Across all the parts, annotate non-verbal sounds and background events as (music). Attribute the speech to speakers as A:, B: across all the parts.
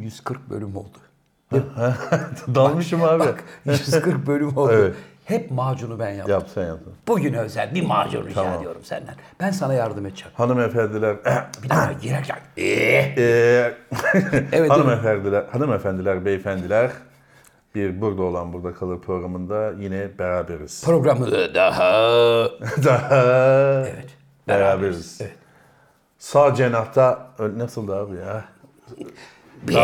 A: 140 bölüm oldu.
B: (laughs) Dalmışım abi.
A: Bak 140 bölüm oldu.
B: Evet.
A: Hep macunu ben yaptım.
B: Yap sen yap.
A: Bugün özel bir macun rica
B: Tamam.
A: ediyorum senden. Ben sana yardım edeceğim.
B: Hanımefendiler, (clears throat) e,
A: Bir daha girerken. "Eh."
B: eee,
A: evet.
B: hanımefendiler, hanımefendiler, beyefendiler bir burada olan burada kalır programında yine beraberiz.
A: Programı daha.
B: (laughs) Daha
A: Evet.
B: beraberiz. Sağ cenahta Ö, nasıl abi ya?
A: (clears throat) Ben,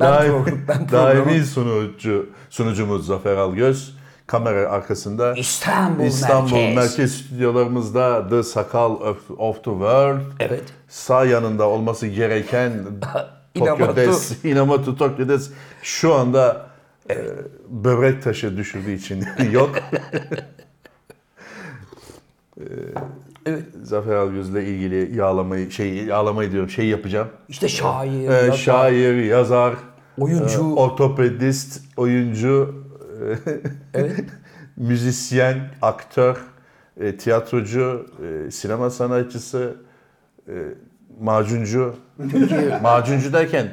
B: Daim-
A: program- ben
B: (laughs) daimi
A: programı-
B: sunucu sunucumuz Zafer Algöz kamera arkasında
A: İstanbul,
B: İstanbul
A: merkez.
B: merkez stüdyolarımızda The Sakal of, of the World
A: Evet.
B: sağ yanında olması gereken
A: Inamatu.
B: Tokyo'des, Inamatu Tokyo'des şu anda e, böbrek taşı düşürdüğü için (laughs) yok.
A: Evet.
B: E, Zafer Algöz'le ilgili yağlamayı, şey yağlamayı diyorum, şey yapacağım.
A: İşte şair,
B: E,
A: yazar,
B: şair, yazar, e,
A: oyuncu.
B: ortopedist, oyuncu, e, (laughs) müzisyen, aktör, e, tiyatrocu, e, sinema sanatçısı, e, macuncu. macuncu derken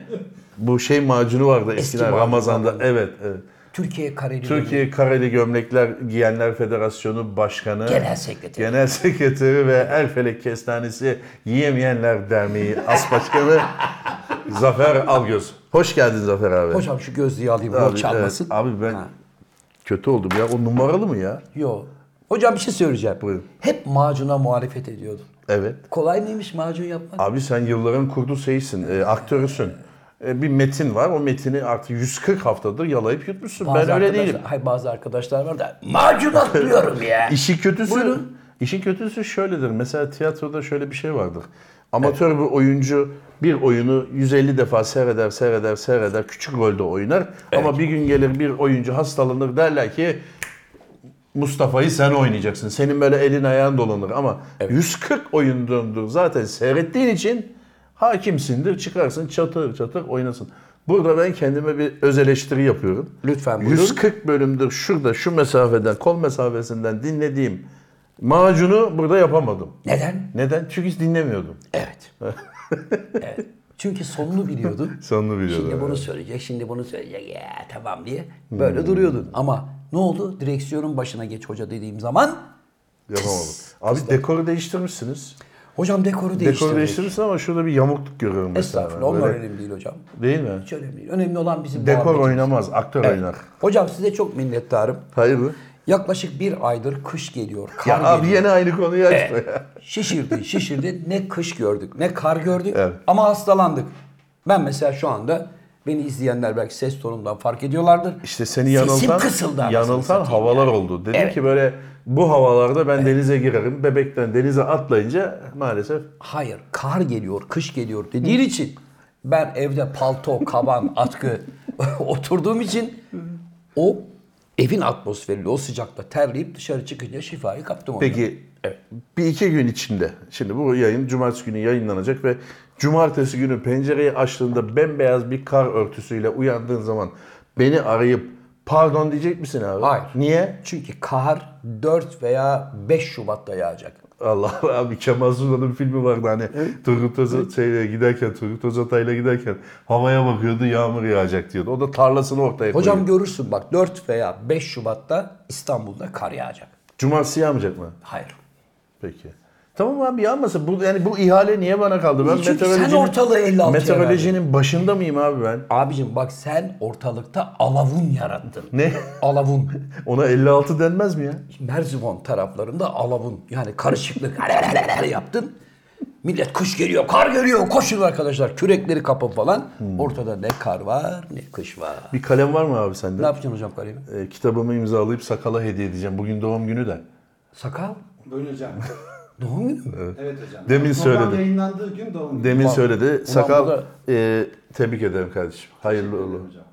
B: bu şey macunu vardı eskiden
A: macun
B: Ramazan'da.
A: vardı.
B: Evet, evet.
A: Türkiye Kareli
B: Türkiye Kareli Gömlekler Giyenler Federasyonu Başkanı,
A: Genel Sekreteri.
B: Genel Sekreteri ve Erfelek Kestanesi Yiyemeyenler Derneği As Başkanı Zafer Algöz. Hoş geldin Zafer abi.
A: Hocam şu gözlüğü alayım,
B: Abi,
A: abi, çalmasın.
B: evet, abi ben
A: Ha.
B: kötü oldum ya. O numaralı mı ya?
A: Yo. Hocam bir şey söyleyeceğim.
B: Buyurun.
A: Hep macuna muhalefet ediyordun.
B: Evet.
A: Kolay mıymış macun yapmak?
B: Abi sen yılların kurdu şeysin, e, aktörüsün. E, bir metin var. O metini artık 140 haftadır yalayıp yutmuşsun. ben öyle
A: arkadaşlar-
B: değilim.
A: Hayır bazı arkadaşlar var da macun atlıyorum
B: (laughs)
A: ya.
B: İşin kötüsü,
A: Buyurun.
B: işin kötüsü şöyledir. Mesela tiyatroda şöyle bir şey vardır. Amatör bir oyuncu bir oyunu 150 defa seyreder, seyreder, seyreder. Küçük rolde oynar. Ama bir gün gelir bir oyuncu hastalanır derler ki Mustafa'yı sen oynayacaksın. Senin böyle elin ayağın dolanır ama 140 oyundur zaten seyrettiğin için hakimsindir. Çıkarsın çatır çatır oynasın. Burada ben kendime bir öz eleştiri yapıyorum.
A: Lütfen buyurun.
B: 140 bölümdür şurada şu mesafeden kol mesafesinden dinlediğim macunu burada yapamadım.
A: Neden?
B: Neden? Çünkü hiç dinlemiyordum. (laughs)
A: Evet. evet. Çünkü sonunu biliyordun.
B: Sonunu biliyordum.
A: Şimdi bunu söyleyecek, şimdi bunu söyleyecek. Ya tamam diye böyle
B: Hmm.
A: duruyordun. Ama ne oldu? Direksiyonun başına geç hoca dediğim zaman
B: Yapamadım. Abi dekoru değiştirmişsiniz.
A: hocam dekoru
B: Dekoru
A: değiştirdik.
B: değiştirmişsiniz ama şurada bir yamukluk görüyorum mesela.
A: Estağfurullah onlar
B: Böyle-
A: önemli değil hocam.
B: Değil mi?
A: Hiç önemli değil. Önemli olan bizim
B: Dekor
A: muhabbetimiz.
B: oynamaz, aktör oynar.
A: Hocam size çok minnettarım.
B: Hayırdır?
A: Yaklaşık bir aydır kış geliyor, kar
B: Ya abi
A: geliyor.
B: yine aynı konuyu açma ya.
A: Şişirdin, şişirdin. Ne kış gördük, ne kar gördük ama hastalandık. Ben mesela şu anda beni izleyenler belki ses tonumdan fark ediyorlardır.
B: İşte seni
A: Sesim
B: yanıltan,
A: kısıldı anasını
B: yanıltan
A: satayım
B: havalar
A: yani.
B: oldu. Dedim
A: Evet.
B: ki böyle bu havalarda ben denize girerim. Bebekten denize atlayınca maalesef
A: Hayır, kar geliyor, kış geliyor dediğin için ben evde palto,
B: (laughs)
A: kaban, atkı (laughs) oturduğum için o evin atmosferiyle o sıcakta terleyip dışarı çıkınca şifayı kaptım. ondan.
B: Peki bir iki gün içinde, şimdi bu yayın cumartesi günü yayınlanacak ve cumartesi günü pencereyi açtığında bembeyaz bir kar örtüsüyle uyandığın zaman beni arayıp pardon diyecek misin abi?
A: Hayır.
B: Niye?
A: Çünkü kar 4 veya 5 Şubat'ta yağacak.
B: Allah Allah abi Kemal Sunal'ın filmi vardı hani Turgut Özat şeyle giderken, Turgut Özatay'la giderken havaya bakıyordu yağmur yağacak diyordu. O da tarlasını ortaya koyuyor.
A: Hocam görürsün bak 4 veya 5 Şubat'ta İstanbul'da kar yağacak.
B: Cumartesi yağmayacak mı?
A: Hayır.
B: Peki. Tamam abi yanmasın. Bu, yani bu ihale niye bana kaldı? Ben
A: Çünkü sen
B: meteorolojinin-
A: ortalığı 56'ya verdin.
B: Meteorolojinin başında mıyım abi ben?
A: Abicim bak sen ortalıkta alavun yarattın.
B: Ne? (laughs)
A: Alavun.
B: Ona 56 denmez mi ya?
A: Merzifon taraflarında alavun. Yani karışıklık (laughs) yaptın. Millet kış geliyor, kar geliyor. Koşun arkadaşlar kürekleri kapın falan.
B: Hmm.
A: Ortada ne kar var ne kış var.
B: Bir kalem var mı abi
A: Ne
B: sende?
A: yapacaksın hocam kalemi?
B: Ee, kitabımı imzalayıp sakala hediye edeceğim. Bugün doğum günü de.
A: Sakal?
C: Buyurun hocam.
A: Doğum günü mü?
C: Evet hocam.
B: Demin
C: Program
B: söyledim.
C: yayınlandığı gün doğum günü.
B: Demin söyledi.
A: bu
B: Sakal
A: da-
B: e, tebrik ederim kardeşim. Hayırlı uğurlu.
C: hocam.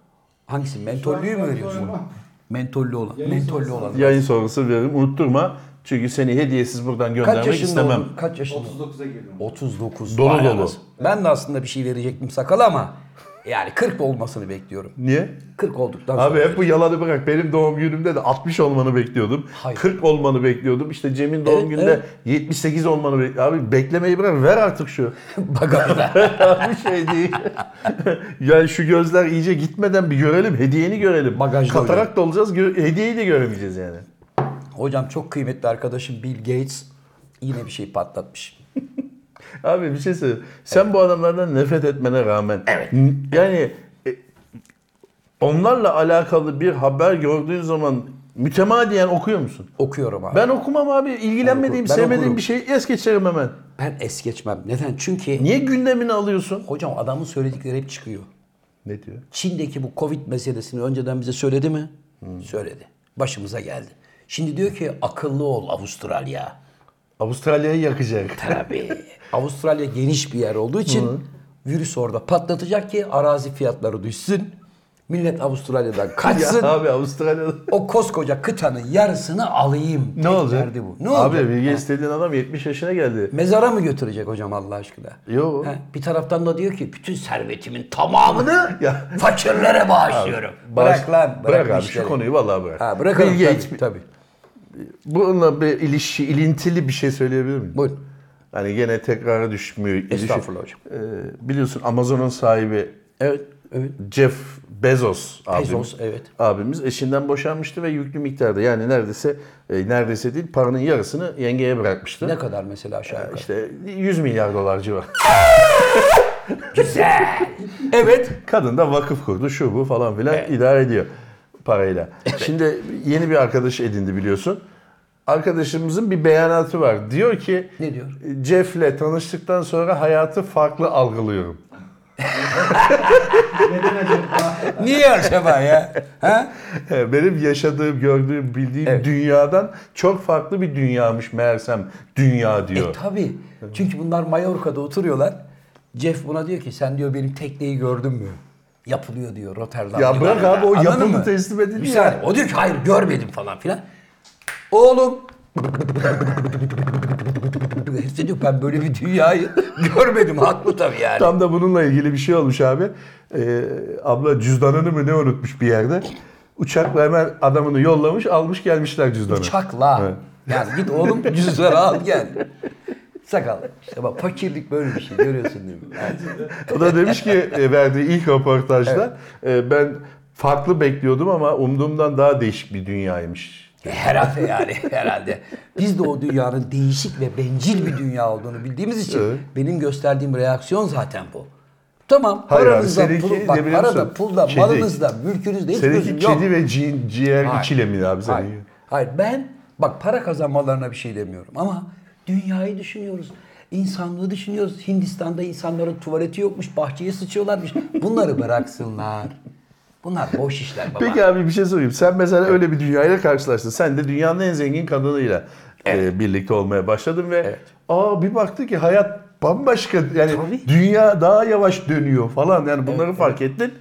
A: Hangisi? Mentollüyü mü veriyorsun?
C: Program-
A: Mentollü olan. Mentollü olan.
B: Yayın sonrası veririm. Unutturma. Çünkü seni hediyesiz buradan
A: Kaç
B: göndermek
A: yaşında
B: istemem.
A: oldun? Kaç yaşında?
C: 39'a girdim.
A: 39.
B: Dolu
A: Vay
B: dolu.
A: anasını. Ben de aslında bir şey verecektim sakala ama Yani 40 olmasını bekliyorum.
B: Niye?
A: 40 olduktan sonra.
B: Abi hep bu yalanı bırak. Benim doğum günümde de 60 olmanı bekliyordum.
A: Hayır.
B: 40 olmanı bekliyordum. İşte Cem'in doğum
A: Evet,
B: gününde 78 olmanı bekliyordum. Abi beklemeyi bırak. Ver artık şu.
A: (laughs) Bak arada.
B: (laughs) bir şey değil. yani şu gözler iyice gitmeden bir görelim. Hediyeni görelim.
A: Bagajda
B: Katarak da olacağız. gö- hediyeyi de göremeyeceğiz yani.
A: Hocam çok kıymetli arkadaşım Bill Gates yine bir şey patlatmış.
B: Abi bir şey söyleyeyim. Sen bu adamlardan nefret etmene rağmen N- yani e, onlarla alakalı bir haber gördüğün zaman mütemadiyen okuyor musun?
A: Okuyorum abi. Ben,
B: Ben okumam abi. ilgilenmediğim,
A: Ben
B: sevmediğim
A: okurum.
B: bir şeyi es geçerim hemen.
A: es geçmem. Neden? Çünkü
B: Niye gündemini alıyorsun?
A: hocam adamın söyledikleri hep çıkıyor.
B: Ne diyor?
A: Çin'deki bu Covid meselesini önceden bize söyledi mi? Söyledi. Başımıza geldi. Şimdi diyor ki akıllı ol Avustralya.
B: Avustralya'yı yakacak.
A: Tabii. (laughs) Avustralya geniş bir yer olduğu için virüs orada patlatacak ki arazi fiyatları düşsün. Millet Avustralya'dan kaçsın.
B: (laughs) ya abi Avustralya'da
A: o koskoca kıtanın yarısını alayım.
B: ne
A: Tek
B: olacak?
A: derdi bu. Ne
B: abi
A: olacak?
B: Bill Gates dediğin adam 70 yaşına geldi.
A: Mezara mı götürecek hocam Allah aşkına?
B: Yo.
A: Ha, bir taraftan da diyor ki bütün servetimin
B: (laughs)
A: tamamını
B: Ya.
A: fakirlere bağışlıyorum. bırak lan.
B: Bırak,
A: bu
B: abi
A: işleri.
B: şu konuyu vallahi bırak.
A: Ha, bırakalım
B: Bill Gates
A: tabii, tabii.
B: bununla bir ilişki, ilintili bir şey söyleyebilir miyim?
A: Buyurun.
B: Hani gene tekrara düşmüyor. ilişki.
A: Estağfurullah hocam.
B: Ee, biliyorsun Amazon'un sahibi
A: Evet. evet.
B: Jeff Bezos abimiz.
A: Bezos, evet.
B: Abimiz eşinden boşanmıştı ve yüklü miktarda yani neredeyse e, neredeyse değil paranın yarısını yengeye bırakmıştı.
A: Ne kadar mesela aşağı yukarı?
B: İşte 100 milyar dolar civarı.
A: Güzel. evet.
B: Kadın da vakıf kurdu şu bu falan filan idare ediyor parayla. Şimdi yeni bir arkadaş edindi biliyorsun. Arkadaşımızın bir beyanatı var. Diyor ki
A: Ne diyor?
B: Jeff'le tanıştıktan sonra hayatı farklı algılıyorum. (laughs)
C: Neden acaba?
A: (laughs) Niye acaba ya?
B: (laughs)
A: Ha?
B: Benim yaşadığım, gördüğüm, bildiğim dünyadan çok farklı bir dünyamış meğersem dünya diyor.
A: E tabi. Çünkü bunlar Mallorca'da oturuyorlar. Jeff buna diyor ki sen diyor benim tekneyi gördün mü? Yapılıyor diyor Rotterdam'da.
B: Ya bırak abi, o
A: Anladın
B: yapıldı,
A: mı?
B: teslim edildi
A: Bir saniye.
B: ya.
A: O diyor ki hayır görmedim falan filan. Oğlum Hepsi diyor ben böyle bir dünyayı görmedim. Haklı tabii yani.
B: Tam da bununla ilgili bir şey olmuş abi. Ee, abla cüzdanını mı ne unutmuş bir yerde. Uçakla hemen adamını yollamış, almış gelmişler cüzdanı.
A: Çakla.
B: Evet.
A: Yani git oğlum cüzdanı al gel. Sakal. İşte bak fakirlik böyle bir şey görüyorsun değil mi? Yani.
B: O da demiş ki e, verdiği ilk röportajda e, ben farklı bekliyordum ama umduğumdan daha değişik bir dünyaymış.
A: E, Herhalde yani herhalde. Biz de o dünyanın değişik ve bencil bir dünya olduğunu bildiğimiz için
B: Evet.
A: benim gösterdiğim reaksiyon zaten bu. Tamam
B: Hayır abi,
A: paranızda,
B: seninki
A: pul,
B: ne
A: bak,
B: biliyor
A: parada,
B: musun?
A: pulda,
B: Kedi.
A: malınızda, mülkünüzde hiç
B: Seninki
A: gözüm
B: kedi
A: yok.
B: ve ci- ciğer
A: Hayır.
B: ikilemi abi senin.
A: Hayır. Hayır ben bak para kazanmalarına bir şey demiyorum ama dünyayı düşünüyoruz. İnsanlığı düşünüyoruz. Hindistan'da insanların tuvaleti yokmuş, bahçeye sıçıyorlarmış. Bunları bıraksınlar. Bunlar boş işler baba.
B: Peki abi bir şey sorayım. Sen mesela öyle bir dünyayla karşılaştın. Sen de dünyanın en zengin kadınıyla e, birlikte olmaya başladın ve aa bir baktı ki hayat bambaşka yani
A: Tabii.
B: dünya daha yavaş dönüyor falan yani bunları fark ettin.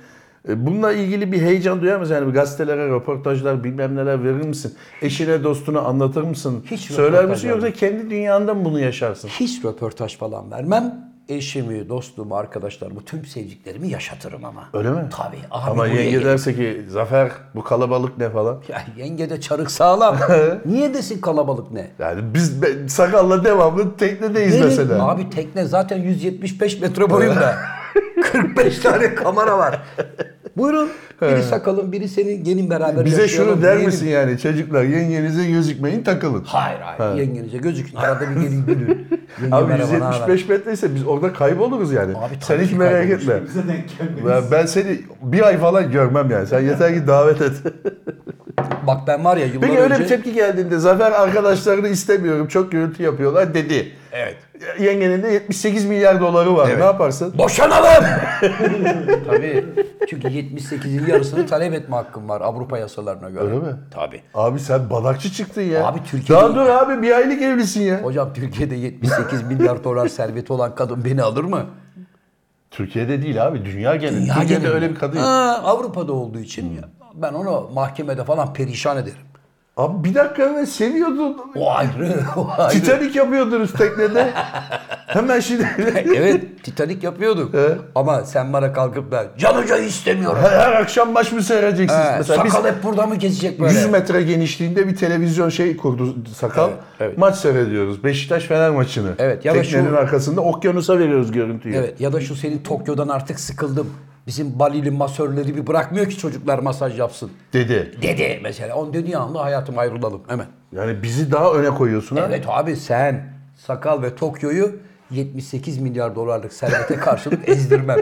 B: E, Bununla ilgili bir heyecan duyar mısın? Yani gazetelere, röportajlar bilmem neler verir misin? Eşine, dostuna anlatır mısın?
A: Hiç
B: Söyler
A: röportaj
B: misin
A: vermem.
B: yoksa kendi dünyanda mı bunu yaşarsın?
A: Hiç röportaj falan vermem. Eşimi, dostumu, arkadaşlarımı, tüm sevdiklerimi yaşatırım ama.
B: Öyle mi?
A: Tabii. Abi
B: Ama
A: buraya
B: yenge
A: gel.
B: derse ki Zafer bu kalabalık ne falan.
A: Ya yenge de çarık
B: (laughs)
A: sağlam. Niye desin kalabalık ne?
B: Yani biz ben- sakalla devamlı teknedeyiz
A: Gelin-
B: mesela.
A: Abi tekne zaten 175 metre boyunda. (laughs)
B: (laughs)
A: 45 tane kamera var. Buyurun. Biri sakalın, biri senin gelin beraber
B: Bize
A: yaşayalım,
B: şunu der
A: yiyelim.
B: misin yani çocuklar yengenize gözükmeyin takılın.
A: Hayır hayır. Yengenize gözükün. Arada bir gelin
B: (laughs)
A: gülün. Yenge
B: Abi
A: merhaba, ne haber?
B: 175 metreyse biz orada kayboluruz yani.
A: Abi tabii
B: Sen hiç
A: ki
B: merak
A: kayboluruz.
B: etme.
C: Bize denk gelmeyiz.
B: Ben, ben seni bir ay falan görmem yani. Sen yeter ki davet et.
A: Bak ben var ya yıllar
B: Peki
A: önce...
B: öyle bir tepki geldiğinde Zafer arkadaşlarını istemiyorum çok gürültü yapıyorlar dedi.
A: Evet.
B: Yengenin de 78 milyar doları var. Ne yaparsın?
A: Boşanalım! (laughs) Tabii. Çünkü 78'in yarısını talep etme hakkım var Avrupa yasalarına göre.
B: Öyle mi?
A: Tabii.
B: Abi sen badakçı çıktın ya.
A: Abi Türkiye'de-
B: Daha dur abi bir aylık evlisin ya.
A: Hocam Türkiye'de 78 milyar dolar serveti olan kadın beni alır mı?
B: Türkiye'de değil abi dünya genelinde.
A: Dünya
B: Türkiye'de
A: genelinde.
B: öyle bir kadın. yok. Hmm.
A: Ha, Avrupa'da olduğu için ya, ben onu mahkemede falan perişan ederim.
B: Abi bir dakika evvel seviyordun.
A: O ayrı. O
B: (laughs)
A: ayrı.
B: Titanik
A: (laughs)
B: yapıyordunuz teknede. Hemen şimdi (laughs)
A: evet Titanik yapıyorduk. Ama sen bana kalkıp da Can Hoca istemiyorum.
B: her, her akşam maç mı seyredeceksiniz?
A: He,
B: Mesela biz
A: sakal hep burada mı kesecek böyle?
B: 100 metre genişliğinde bir televizyon şey kurdu sakal.
A: Evet, evet.
B: Maç seyrediyoruz. Beşiktaş Fener maçını.
A: Evet, ya da şu-
B: Teknenin arkasında okyanusa veriyoruz görüntüyü.
A: Evet ya da şu senin Tokyo'dan artık sıkıldım. Bizim Balili masörleri bir bırakmıyor ki çocuklar masaj yapsın.
B: Dedi.
A: Dedi mesela. On dönüyor anla hayatım ayrılalım hemen.
B: Yani bizi daha öne koyuyorsun ha.
A: Evet abi sen Sakal ve Tokyo'yu 78 milyar dolarlık servete
B: (laughs)
A: karşılık ezdirmem.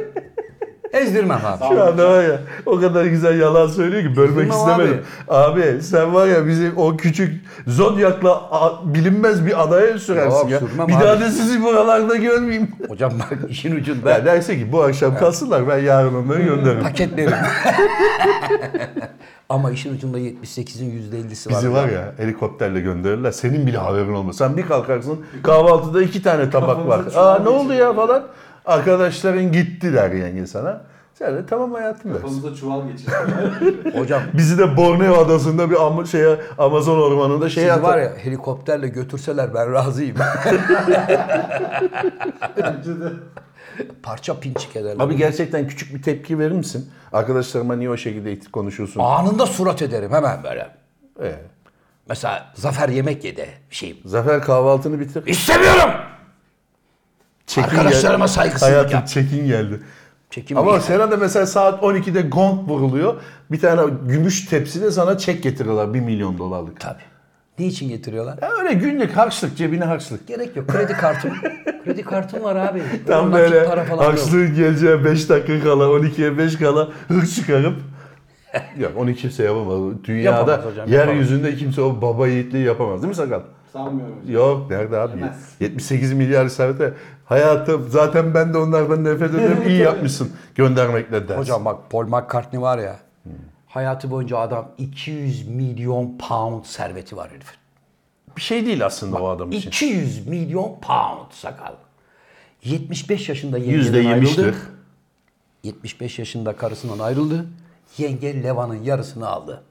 A: ezdirmem abi.
B: Şu anda var ya o kadar güzel yalan söylüyor ki bölmek
A: Bilmem
B: istemedim. Abi. sen var ya bizi o küçük zodyakla a- bilinmez bir adaya sürersin
A: Yok,
B: ya.
A: sürmem
B: Bir
A: abi.
B: daha da sizi buralarda görmeyeyim.
A: Hocam bak işin ucunda.
B: Ben Hmm. derse ki bu akşam kalsınlar ben yarın onları gönderirim. (laughs)
A: paketlerim. Ama işin ucunda 78'in %50'si var.
B: Bizi var ya helikopterle gönderirler. Senin bile haberin olmaz. Sen bir kalkarsın kahvaltıda iki tane tabak var.
C: Kafamıza
B: Aa
C: çuval
B: ne oldu ya
C: geçiriyor.
B: falan. Arkadaşların gitti der yenge sana. Sen de tamam hayatım dersin.
C: Kafamıza çuval geçir.
B: (laughs)
A: Hocam
B: Bizi de Borneo adasında bir ama, şeye, Amazon ormanında şey
A: sizi
B: atar.
A: var ya helikopterle götürseler ben
B: (laughs)
A: razıyım.
C: Bence de.
A: Parça pinçik ederler.
B: Abi gerçekten küçük bir tepki verir misin? Arkadaşlarıma niye o şekilde it- konuşuyorsun?
A: Anında surat ederim hemen böyle.
B: Ee,
A: Mesela Zafer yemek yedi bir şeyim.
B: Zafer kahvaltını bitir.
A: İstemiyorum.
B: Çekin gel-
A: Arkadaşlarıma saygısızlık
B: Hayatım
A: yap.
B: çekin geldi.
A: Çekim
B: Ama
A: değil.
B: Sena'da mesela saat 12'de gong vuruluyor. Bir tane gümüş tepside sana çek getiriyorlar 1 milyon dolarlık.
A: Tabii. Niçin getiriyorlar?
B: Ya öyle günlük harçlık cebine harçlık.
A: Gerek yok. Kredi
B: (laughs)
A: kartım. kredi kartım var abi.
B: Tam
A: Nakit
B: böyle
A: para falan yok.
B: harçlığın geleceği 5 dakika kala 12'ye 5 kala hır
A: (laughs)
B: çıkarıp Yok 12 kimse yapamaz. Dünyada
A: Yapamaz hocam,
B: yeryüzünde kimse o baba yiğitliği yapamaz değil mi Sakal?
C: Sanmıyorum.
B: Yok nerede abi?
C: Yemez.
B: 78 milyar servete hayatım zaten ben de onlardan nefret ediyorum.
A: (laughs)
B: İyi yapmışsın göndermekle dersin.
A: Hocam bak Paul McCartney var ya. Hayatı boyunca adam 200 milyon pound serveti var herifin.
B: bir şey değil aslında o adam için.
A: 200 milyon pound sakal. 75 yaşında yengeden ayrıldı.
B: %70'tir.
A: 75 yaşında karısından ayrıldı. Yenge Levan'ın yarısını aldı.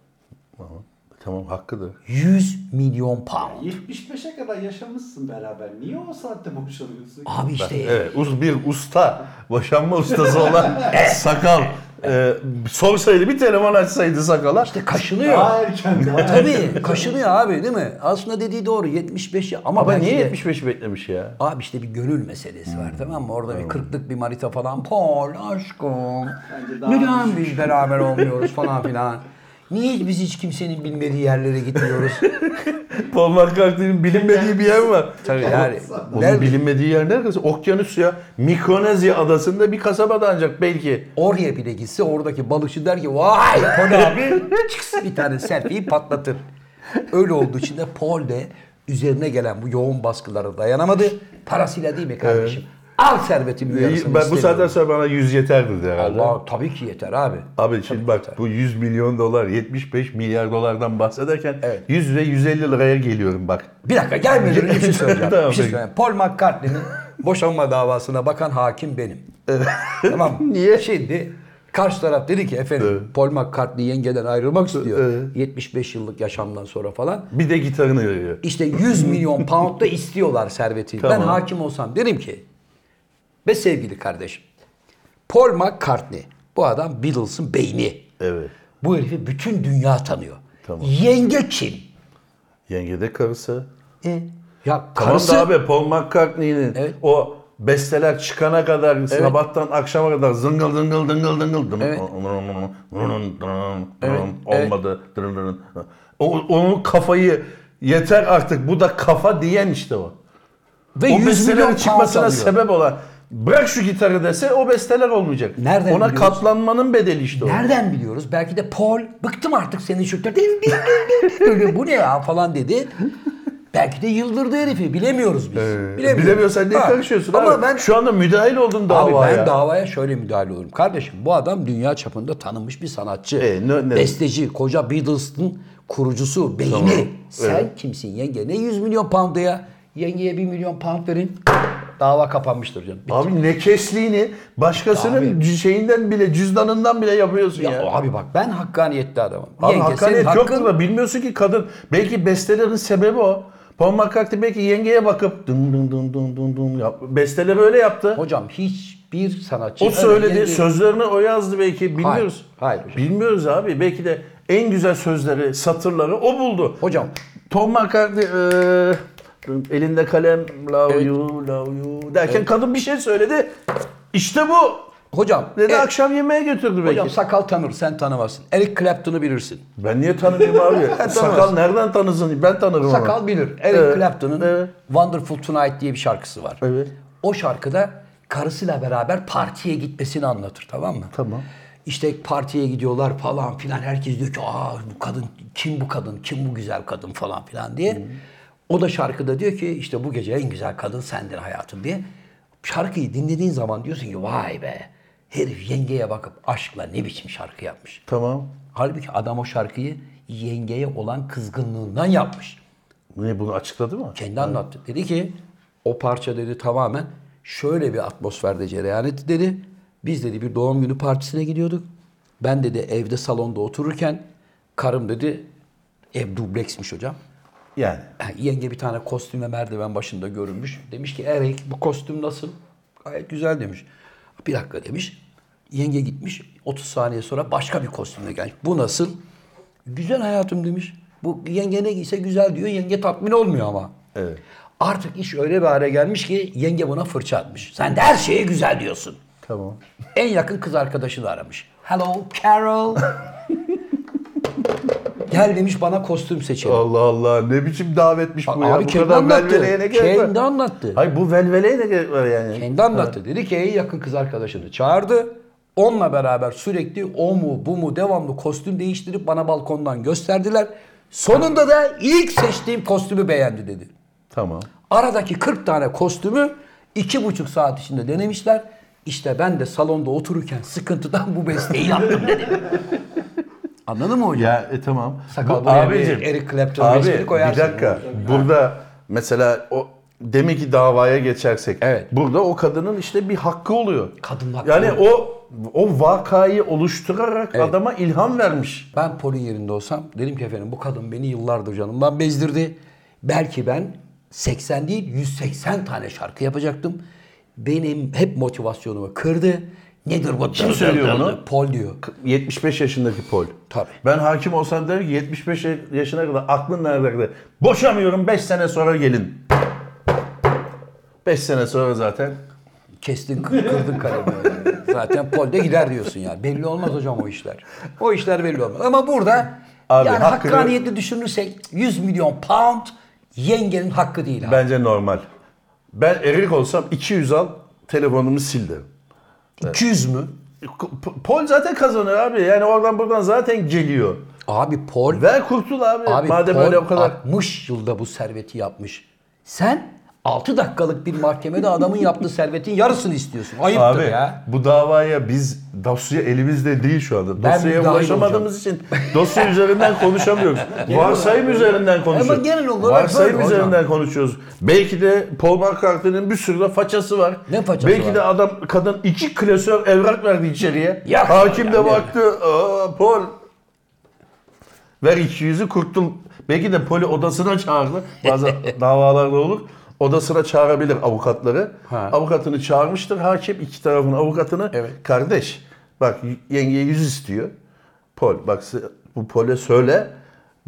B: Tamam hakkıdır.
A: 100 milyon pound.
C: 75'e kadar yaşamışsın beraber. Niye o saatte boşanıyorsun?
A: Abi işte
B: Evet, uz bir usta, boşanma ustası
A: (laughs)
B: olan sakal. Ee, sorsaydı bir telefon açsaydı sakala.
A: işte kaşınıyor.
C: Daha erken. Daha erken.
A: Tabii kaşınıyor abi değil mi? Aslında dediği doğru 75 ya- ama,
B: Ama
A: belki
B: niye
A: de-
B: 75 beklemiş ya? (laughs)
A: Abi işte bir gönül meselesi var tamam mı? Orada bir kırklık bir manita falan. Paul aşkım.
C: Bence daha
A: Neden biz beraber olmuyoruz falan filan. Niye biz hiç kimsenin bilmediği yerlere gitmiyoruz?
B: Paul McCartney'nin bilinmediği bir yer var.
A: Tabii yani.
B: Onun
A: Nerede?
B: bilinmediği yer neresi? Okyanus ya. Mikonezya adasında bir kasabada ancak belki.
A: Oraya bile gitse oradaki balıkçı der ki vay (laughs) Paul abi çıksın bir tane selfie'yi patlatır. Öyle olduğu için de Paul de üzerine gelen bu yoğun baskılara dayanamadı. Parasıyla değil mi kardeşim? Al servetimin yarısını
B: ben bu saatten
A: istemiyorum.
B: sonra bana 100 yeterdi dedi herhalde.
A: Allah tabii ki yeter abi.
B: Abi şimdi bak bu 100 milyon dolar 75 milyar dolardan bahsederken
A: Evet.
B: 100 ve 150 liraya geliyorum bak.
A: Bir dakika gelmeden önce bir şey
B: (laughs)
A: söyleyeceğim.
B: Tamam,
A: bir şey
B: peki.
A: söyleyeceğim. Paul McCartney'nin boşanma davasına bakan hakim benim. tamam mı?
B: (laughs) Niye?
A: Şimdi karşı taraf dedi ki efendim Paul McCartney yengeden ayrılmak istiyor. 75 yıllık yaşamdan sonra falan.
B: Bir de gitarını veriyor.
A: İşte
B: (laughs)
A: 100 milyon pound da istiyorlar serveti. Ben
B: Tamam.
A: hakim olsam derim ki ve sevgili kardeşim Paul McCartney bu adam Beatles'ın beyni.
B: Evet.
A: Bu herifi bütün dünya tanıyor.
B: Tamam.
A: Yenge kim?
B: Yenge de karısı.
A: E, Ya
B: Karısı.
A: karısı
B: Tamam da abi Paul McCartney'nin
A: Evet.
B: o besteler çıkana kadar sabahtan akşama kadar zıngıl zıngıl zıngıl zıngıl
A: Evet. Evet, evet.
B: olmadı. O, onun kafayı yeter artık bu da kafa diyen işte o.
A: ve
B: o
A: 100 milyon
B: bestelerin çıkmasına
A: pound alıyor.
B: sebep olan bırak şu gitarı dese o besteler olmayacak.
A: Nereden
B: Ona
A: biliyoruz?
B: katlanmanın bedeli işte o.
A: Nereden biliyoruz? Belki de Paul bıktım artık senin şu böyle bu ne ya falan dedi. Belki de yıldırdı herifi bilemiyoruz biz.
B: Ee,
A: Bilemiyoruz.
B: Bilemiyorsan niye
A: Ha,
B: karışıyorsun
A: Ama
B: abi?
A: ben
B: Şu anda müdahil oldun
A: Abi
B: davaya.
A: ben davaya şöyle müdahale olurum. Kardeşim bu adam dünya çapında tanınmış bir sanatçı.
B: E, ne- ne-
A: Besteci, koca Beatles'ın kurucusu, beyni.
B: Tamam,
A: Sen kimsin yenge? Ne 100 milyon pound'u ya? Yengeye 1 milyon pound verin. Dava kapanmıştır canım.
B: Abi ne kesliğini başkasının
A: Abi.
B: şeyinden bile cüzdanından bile yapıyorsun ya.
A: Ya, abi bak ben hakkaniyetli adamım.
B: Abi
A: Yenge, senin
B: hakkaniyet
A: hakkın-
B: yoktur da bilmiyorsun ki kadın. Belki bestelerin sebebi o. Paul McCartney belki yengeye bakıp dın dın dın dın dın dın yap. Besteleri öyle yaptı.
A: Hocam hiçbir sanatçı...
B: O
A: şey, öyle
B: söyledi,
A: yenge-
B: sözlerini o yazdı belki bilmiyoruz.
A: hayır hocam.
B: Bilmiyoruz abi. Belki de en güzel sözleri, satırları o buldu.
A: Hocam
B: Tom McCartney eee, elinde kalem love you, love you derken kadın bir şey söyledi. İşte bu.
A: Hocam,
B: Dedi
A: e,
B: akşam yemeğe götürdü belki.
A: hocam sakal tanır sen tanımazsın. Eric Clapton'u bilirsin.
B: Ben niye tanımayayım (laughs) abi? Sakal nereden tanısın? Ben tanırım onu.
A: Sakal bilir. Eric
B: Evet,
A: Clapton'un
B: evet.
A: Wonderful Tonight diye bir şarkısı var.
B: Evet.
A: O şarkıda karısıyla beraber partiye gitmesini anlatır tamam mı?
B: Tamam.
A: İşte partiye gidiyorlar falan filan. Herkes diyor ki aa bu kadın kim bu kadın kim bu güzel kadın falan filan diye. O da şarkıda diyor ki işte bu gece en güzel kadın sendin hayatım diye. Şarkıyı dinlediğin zaman diyorsun ki vay be herif yengeye bakıp aşkla ne biçim şarkı yapmış.
B: Tamam.
A: Halbuki adam o şarkıyı yengeye olan kızgınlığından yapmış.
B: Ne bunu açıkladı mı?
A: Kendi anlattı. Dedi ki o parça dedi tamamen şöyle bir atmosferde cereyan etti dedi. Biz dedi bir doğum günü partisine gidiyorduk. Ben dedi evde salonda otururken karım dedi ev dubleksmiş hocam.
B: Yani.
A: Eh, Yenge bir tane kostüme merdiven başında görünmüş. Demiş ki Erik bu kostüm nasıl? Gayet güzel demiş. Bir dakika demiş. Yenge gitmiş. 30 saniye sonra başka bir kostümle gelmiş. Bu nasıl? Güzel hayatım demiş. Bu yenge ne giyse güzel diyor. Yenge tatmin olmuyor ama.
B: Evet.
A: Artık iş öyle bir hale gelmiş ki yenge buna fırça atmış. Sen de her şeye güzel diyorsun.
B: Tamam.
A: En yakın kız arkadaşını aramış. Hello Carol. Gel demiş bana kostüm seçelim.
B: Allah Allah ne biçim davetmiş bu ya.
A: Abi
B: bu
A: kendi
B: kadar velveleye ne
A: anlattı.
B: gerek var?
A: Kendi anlattı.
B: Hayır bu velveleye ne gerek var yani?
A: Kendi anlattı. Dedi ki en yakın kız arkadaşını çağırdı. Onunla beraber sürekli o mu bu mu devamlı kostüm değiştirip bana balkondan gösterdiler. Sonunda da ilk seçtiğim kostümü beğendi dedi.
B: Tamam.
A: Aradaki 40 tane kostümü iki buçuk saat içinde denemişler. İşte ben de salonda otururken sıkıntıdan bu besteyi yaptım dedi.
B: (laughs)
A: Anladın mı hocam?
B: Ya e, tamam.
A: Sakal
B: Bu-
A: buraya bir Eric Clapton
B: abi,
A: resmini koyarsın.
B: Bir dakika. Burada mesela o demek ki davaya geçersek.
A: Evet.
B: Burada o kadının işte bir hakkı oluyor.
A: Kadının hakkı
B: Yani
A: oluyor.
B: o o vakayı oluşturarak adama ilham vermiş.
A: Ben Paul'un yerinde olsam dedim ki efendim bu kadın beni yıllardır canımdan bezdirdi. Belki ben 80 değil 180 tane şarkı yapacaktım. Benim hep motivasyonumu kırdı. Nedir bu? Kim
B: söylüyor bunu?
A: Paul diyor.
B: 75 yaşındaki Pol.
A: Tabii.
B: Ben hakim olsam derim ki 75 yaşına kadar aklın nerede kadar? Boşamıyorum 5 sene sonra gelin. 5 sene sonra zaten.
A: Kestin kır- kırdın kalemi. Zaten Paul de gider diyorsun ya. Belli olmaz hocam o işler. O işler belli olmaz. Ama burada
B: Abi
A: yani
B: hakkını-
A: hakkaniyetli düşünürsek 100 milyon pound yengenin hakkı değil. abi.
B: Bence normal. Ben erik olsam 200 al telefonumu sil derim.
A: 200 mü?
B: E, P- Pol zaten kazanıyor abi. Yani oradan buradan zaten geliyor.
A: Abi Paul
B: Ver kurtul abi.
A: Abi
B: Madem
A: Paul
B: öyle o kadar.
A: 60 yılda bu serveti yapmış. Sen 6 dakikalık bir mahkemede adamın yaptığı servetin yarısını istiyorsun. Ayıptır
B: Abi
A: ya.
B: bu davaya biz dosya elimizde değil şu anda.
A: Ben
B: Dosyaya
A: müdahil
B: ulaşamadığımız için
A: (laughs)
B: dosya üzerinden konuşamıyoruz. Varsayım üzerinden konuşuyoruz.
A: genel olarak
B: Varsayım
A: böyle
B: üzerinden konuşuyoruz. Belki de Paul McCartney'nin bir sürü de façası var.
A: Ne façası
B: Belki
A: var?
B: de adam kadın iki klasör evrak verdi içeriye.
A: Ya-
B: Hakim de
A: yani.
B: baktı. Aa, Paul ver 200'ü kurtul. Belki de Paul'ü odasına çağırdı.
A: (laughs)
B: Bazen davalarda olur. Odasına çağırabilir avukatları.
A: Ha.
B: Avukatını çağırmıştır hakim iki tarafın avukatını.
A: Evet.
B: Kardeş bak yengeye yüz istiyor. Pol bak se- bu pole söyle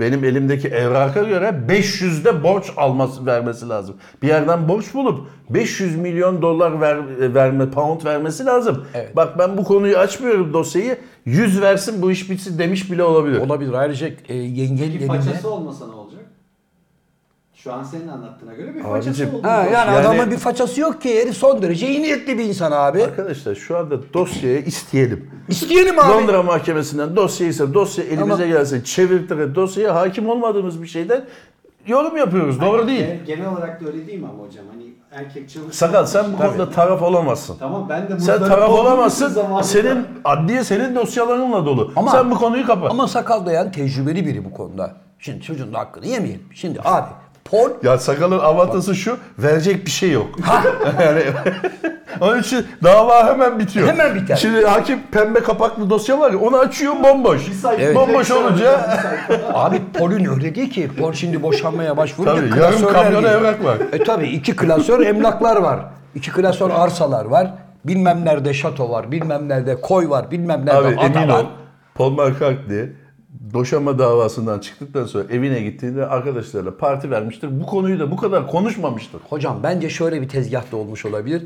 B: benim elimdeki evraka göre 500'de borç alması vermesi lazım. Bir yerden borç bulup 500 milyon dolar ver, e, verme pound vermesi lazım.
A: Evet.
B: Bak ben bu konuyu açmıyorum dosyayı. 100 versin bu iş bitsin demiş bile olabilir.
A: Olabilir. Ayrıca e, yengenin
C: Bir
A: elinde...
C: façası olmasa ne olacak? Şu an senin anlattığına göre bir
B: Abicim.
C: façası oldu.
A: Ha, yani,
B: Yani-
A: adamın bir façası yok ki. Herif son derece iyi niyetli bir insan abi.
B: Arkadaşlar şu anda dosyayı isteyelim.
A: İsteyelim abi.
B: Londra mahkemesinden dosya ise dosya elimize
A: Ama-
B: gelsin. Çevirtire dosyaya hakim olmadığımız bir şeyden yorum yapıyoruz. Doğru değil.
C: Genel, genel olarak da öyle değil mi ama hocam? Hani erkek çalışıyor.
B: Sakal sen bu konuda taraf olamazsın.
C: Tamam ben de
B: Sen
C: muzdarip
B: taraf
C: olduğum için
B: olamazsın.
C: zamanında-
B: Senin adliye senin dosyalarınla dolu.
A: Ama-
B: sen bu konuyu kapat.
A: Ama sakal dayan tecrübeli biri bu konuda. Şimdi çocuğun da hakkını yemeyelim. Şimdi abi Pol
B: Ya sakalın avantajı şu, verecek bir şey yok. (laughs) yani, onun için dava hemen bitiyor.
A: Hemen biter.
B: Şimdi hakim pembe kapaklı dosya var ya onu açıyor bomboş.
C: Bir sayfa.
A: Evet.
B: Bomboş olunca
C: Bir sayfa.
A: Abi Pol'ün öyle değil ki. Pol şimdi boşanmaya başvurunca
B: Tabii, yarım
A: klasörler
B: kamyona
A: geliyor.
B: evrak var.
A: E tabii iki klasör emlaklar var. İki klasör arsalar var. Bilmem nerede şato var, bilmem nerede koy var, bilmem nerede
B: Abi
A: ada
B: emin
A: var.
B: ol Paul McCartney doşama davasından çıktıktan sonra evine gittiğinde arkadaşlarla parti vermiştir. Bu konuyu da bu kadar konuşmamıştır.
A: Hocam bence şöyle bir tezgah da olmuş olabilir.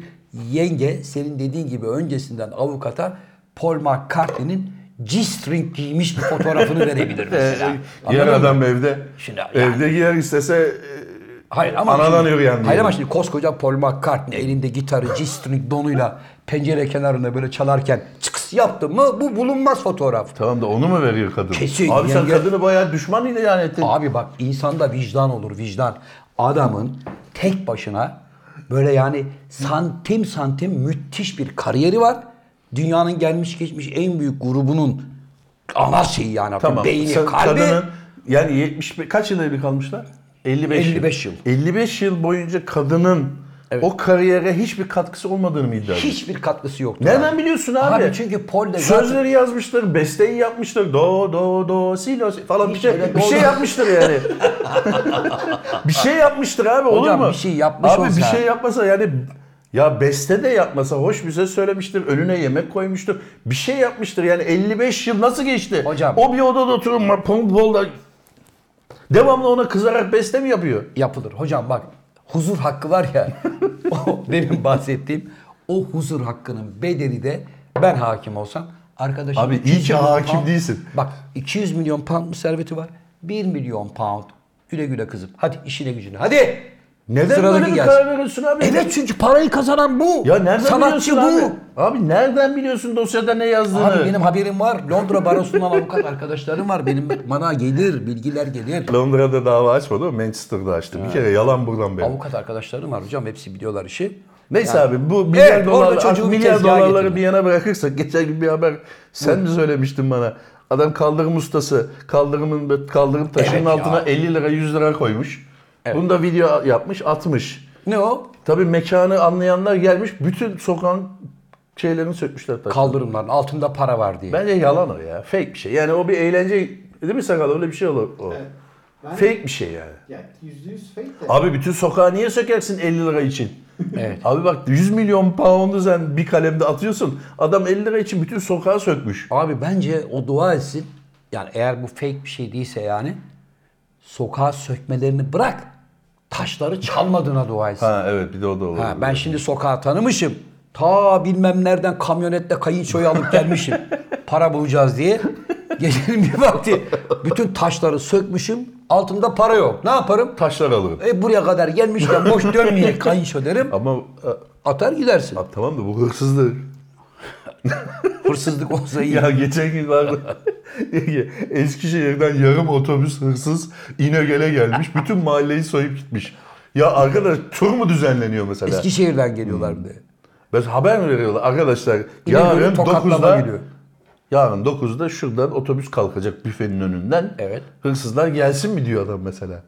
A: Yenge senin dediğin gibi öncesinden avukata Paul McCartney'nin G-string giymiş bir fotoğrafını
B: (laughs)
A: verebilir mesela. Anladın
B: Yer
A: mı?
B: Ee, adam evde.
A: Şimdi yani-
B: evde giyer istese
A: Hayır ama
B: Anadan
A: şimdi-
B: yürüyen diyelim.
A: Hayır ama şimdi koskoca Paul McCartney elinde gitarı, G-string donuyla pencere kenarında böyle çalarken çıks yaptı mı bu bulunmaz fotoğraf.
B: tamam da onu mu veriyor kadın?
A: Kesin,
B: Abi sen
A: yenge-
B: kadını bayağı düşman ilan ettin.
A: Abi bak insanda vicdan olur vicdan. Adamın tek başına böyle yani santim santim müthiş bir kariyeri var. Dünyanın gelmiş geçmiş en büyük grubunun ana şeyi yani.
B: Tamam.
A: Beyni,
B: sen
A: kalbi.
B: kadının yani 70 kaç yıl evli kalmışlar? 55,
A: 55 yıl.
B: 55 yıl boyunca kadının o kariyere hiçbir katkısı olmadığını mı iddia ediyorsun?
A: Hiçbir katkısı yoktu.
B: Nereden biliyorsun abi?
A: Abi çünkü Paul de zaten-
B: Sözleri yazmıştır, besteyi yapmıştır. Do do do si lo si falan bir
A: Hiç
B: şey
A: öyle
B: bir şey
A: olmaz.
B: yapmıştır
A: (laughs)
B: yani. bir şey yapmıştır abi olur
A: Hocam
B: mu?
A: bir şey yapmış
B: Abi bir
A: olsa-
B: şey yapmasa yani ya beste de yapmasa hoş bir söz söylemiştir, önüne yemek koymuştur. Bir şey yapmıştır yani 55 yıl nasıl geçti?
A: Hocam-
B: O bir odada oturup Pongbol'da devamlı ona kızarak beste mi yapıyor?
A: yapılır. Hocam bak huzur hakkı var ya (laughs) o demin bahsettiğim o huzur hakkının bedeli de ben hakim olsam arkadaşım
B: Abi iyi
A: 200
B: ki
A: milyon
B: hakim
A: pound-
B: değilsin.
A: Bak 200 milyon pound mu serveti var? 1 milyon pound. Güle güle kızım. Hadi işine gücüne. Hadi.
B: Neden
A: Sıradaki
B: böyle bir
A: gelsin.
B: karar veriyorsun abi?
A: Evet çünkü parayı kazanan bu.
B: Ya nereden
A: Sanatçı bu.
B: biliyorsun abi? Abi nereden biliyorsun dosyada ne yazdığını?
A: Abi benim haberim var. Londra barosundan avukat arkadaşlarım var. Benim bana gelir, bilgiler gelir.
B: Londra'da dava açmadı ama Manchester'da açtı. Bir kere yalan buradan benim.
A: Avukat arkadaşlarım var hocam. Hepsi biliyorlar işi.
B: Neyse abi bu milyar,
A: Evet, orada
B: dolarlar-
A: çocuğu bir
B: milyar
A: tezgaha
B: dolarları
A: getirdi.
B: bir yana bırakırsak geçen gün bir haber sen mi söylemiştin bana? Adam kaldırım ustası kaldırımın kaldırım taşının
A: Evet ya.
B: altına 50 lira 100 lira koymuş. Bunu da video yapmış atmış.
A: Ne o?
B: Tabii mekanı anlayanlar gelmiş bütün sokağın şeylerini sökmüşler taşları.
A: kaldırımların altında para var diye.
B: Bence yalan o ya. Fake bir şey. Yani o bir eğlence değil mi sakal? Öyle bir şey olur o.
C: Evet. Ben-
B: Fake bir şey yani.
C: Ya yüzde yüz fake de.
B: Abi bütün sokağı niye sökersin 50 lira için?
A: Evet.
B: Abi bak 100 milyon pound'u sen bir kalemde atıyorsun. Adam 50 lira için bütün sokağı sökmüş.
A: Abi bence o dua etsin. Yani eğer bu fake bir şey değilse yani sokağa sökmelerini bırak. Taşları çalmadığına dua etsin. Ha,
B: Ha evet bir de o da olur.
A: ben şimdi sokağı tanımışım. Ta bilmem nereden kamyonetle kayınçoyu alıp gelmişim. para bulacağız diye. Gecenin bir vakti bütün taşları sökmüşüm. Altımda para yok. Ne yaparım?
B: taşlar alırım.
A: E buraya kadar gelmişken boş dönmeyecek kayınço derim.
B: Ama
A: Atar gidersin.
B: a- tamam da bu hırsızlık.
A: Hırsızlık olsa iyi.
B: Ya geçen gün vardı. (laughs) Eskişehir'den yarım otobüs hırsız İnegöl'e gelmiş. Bütün mahalleyi soyup gitmiş. Ya arkadaş tur mu düzenleniyor mesela?
A: Eskişehir'den geliyorlar bir de.
B: Biz haber mi veriyorlar arkadaşlar?
A: İnegöl'e
B: Yarın
A: tokatlama
B: 9'da
A: geliyor.
B: Yarın 9'da şuradan otobüs kalkacak büfenin önünden.
A: Evet.
B: Hırsızlar gelsin mi diyor adam mesela.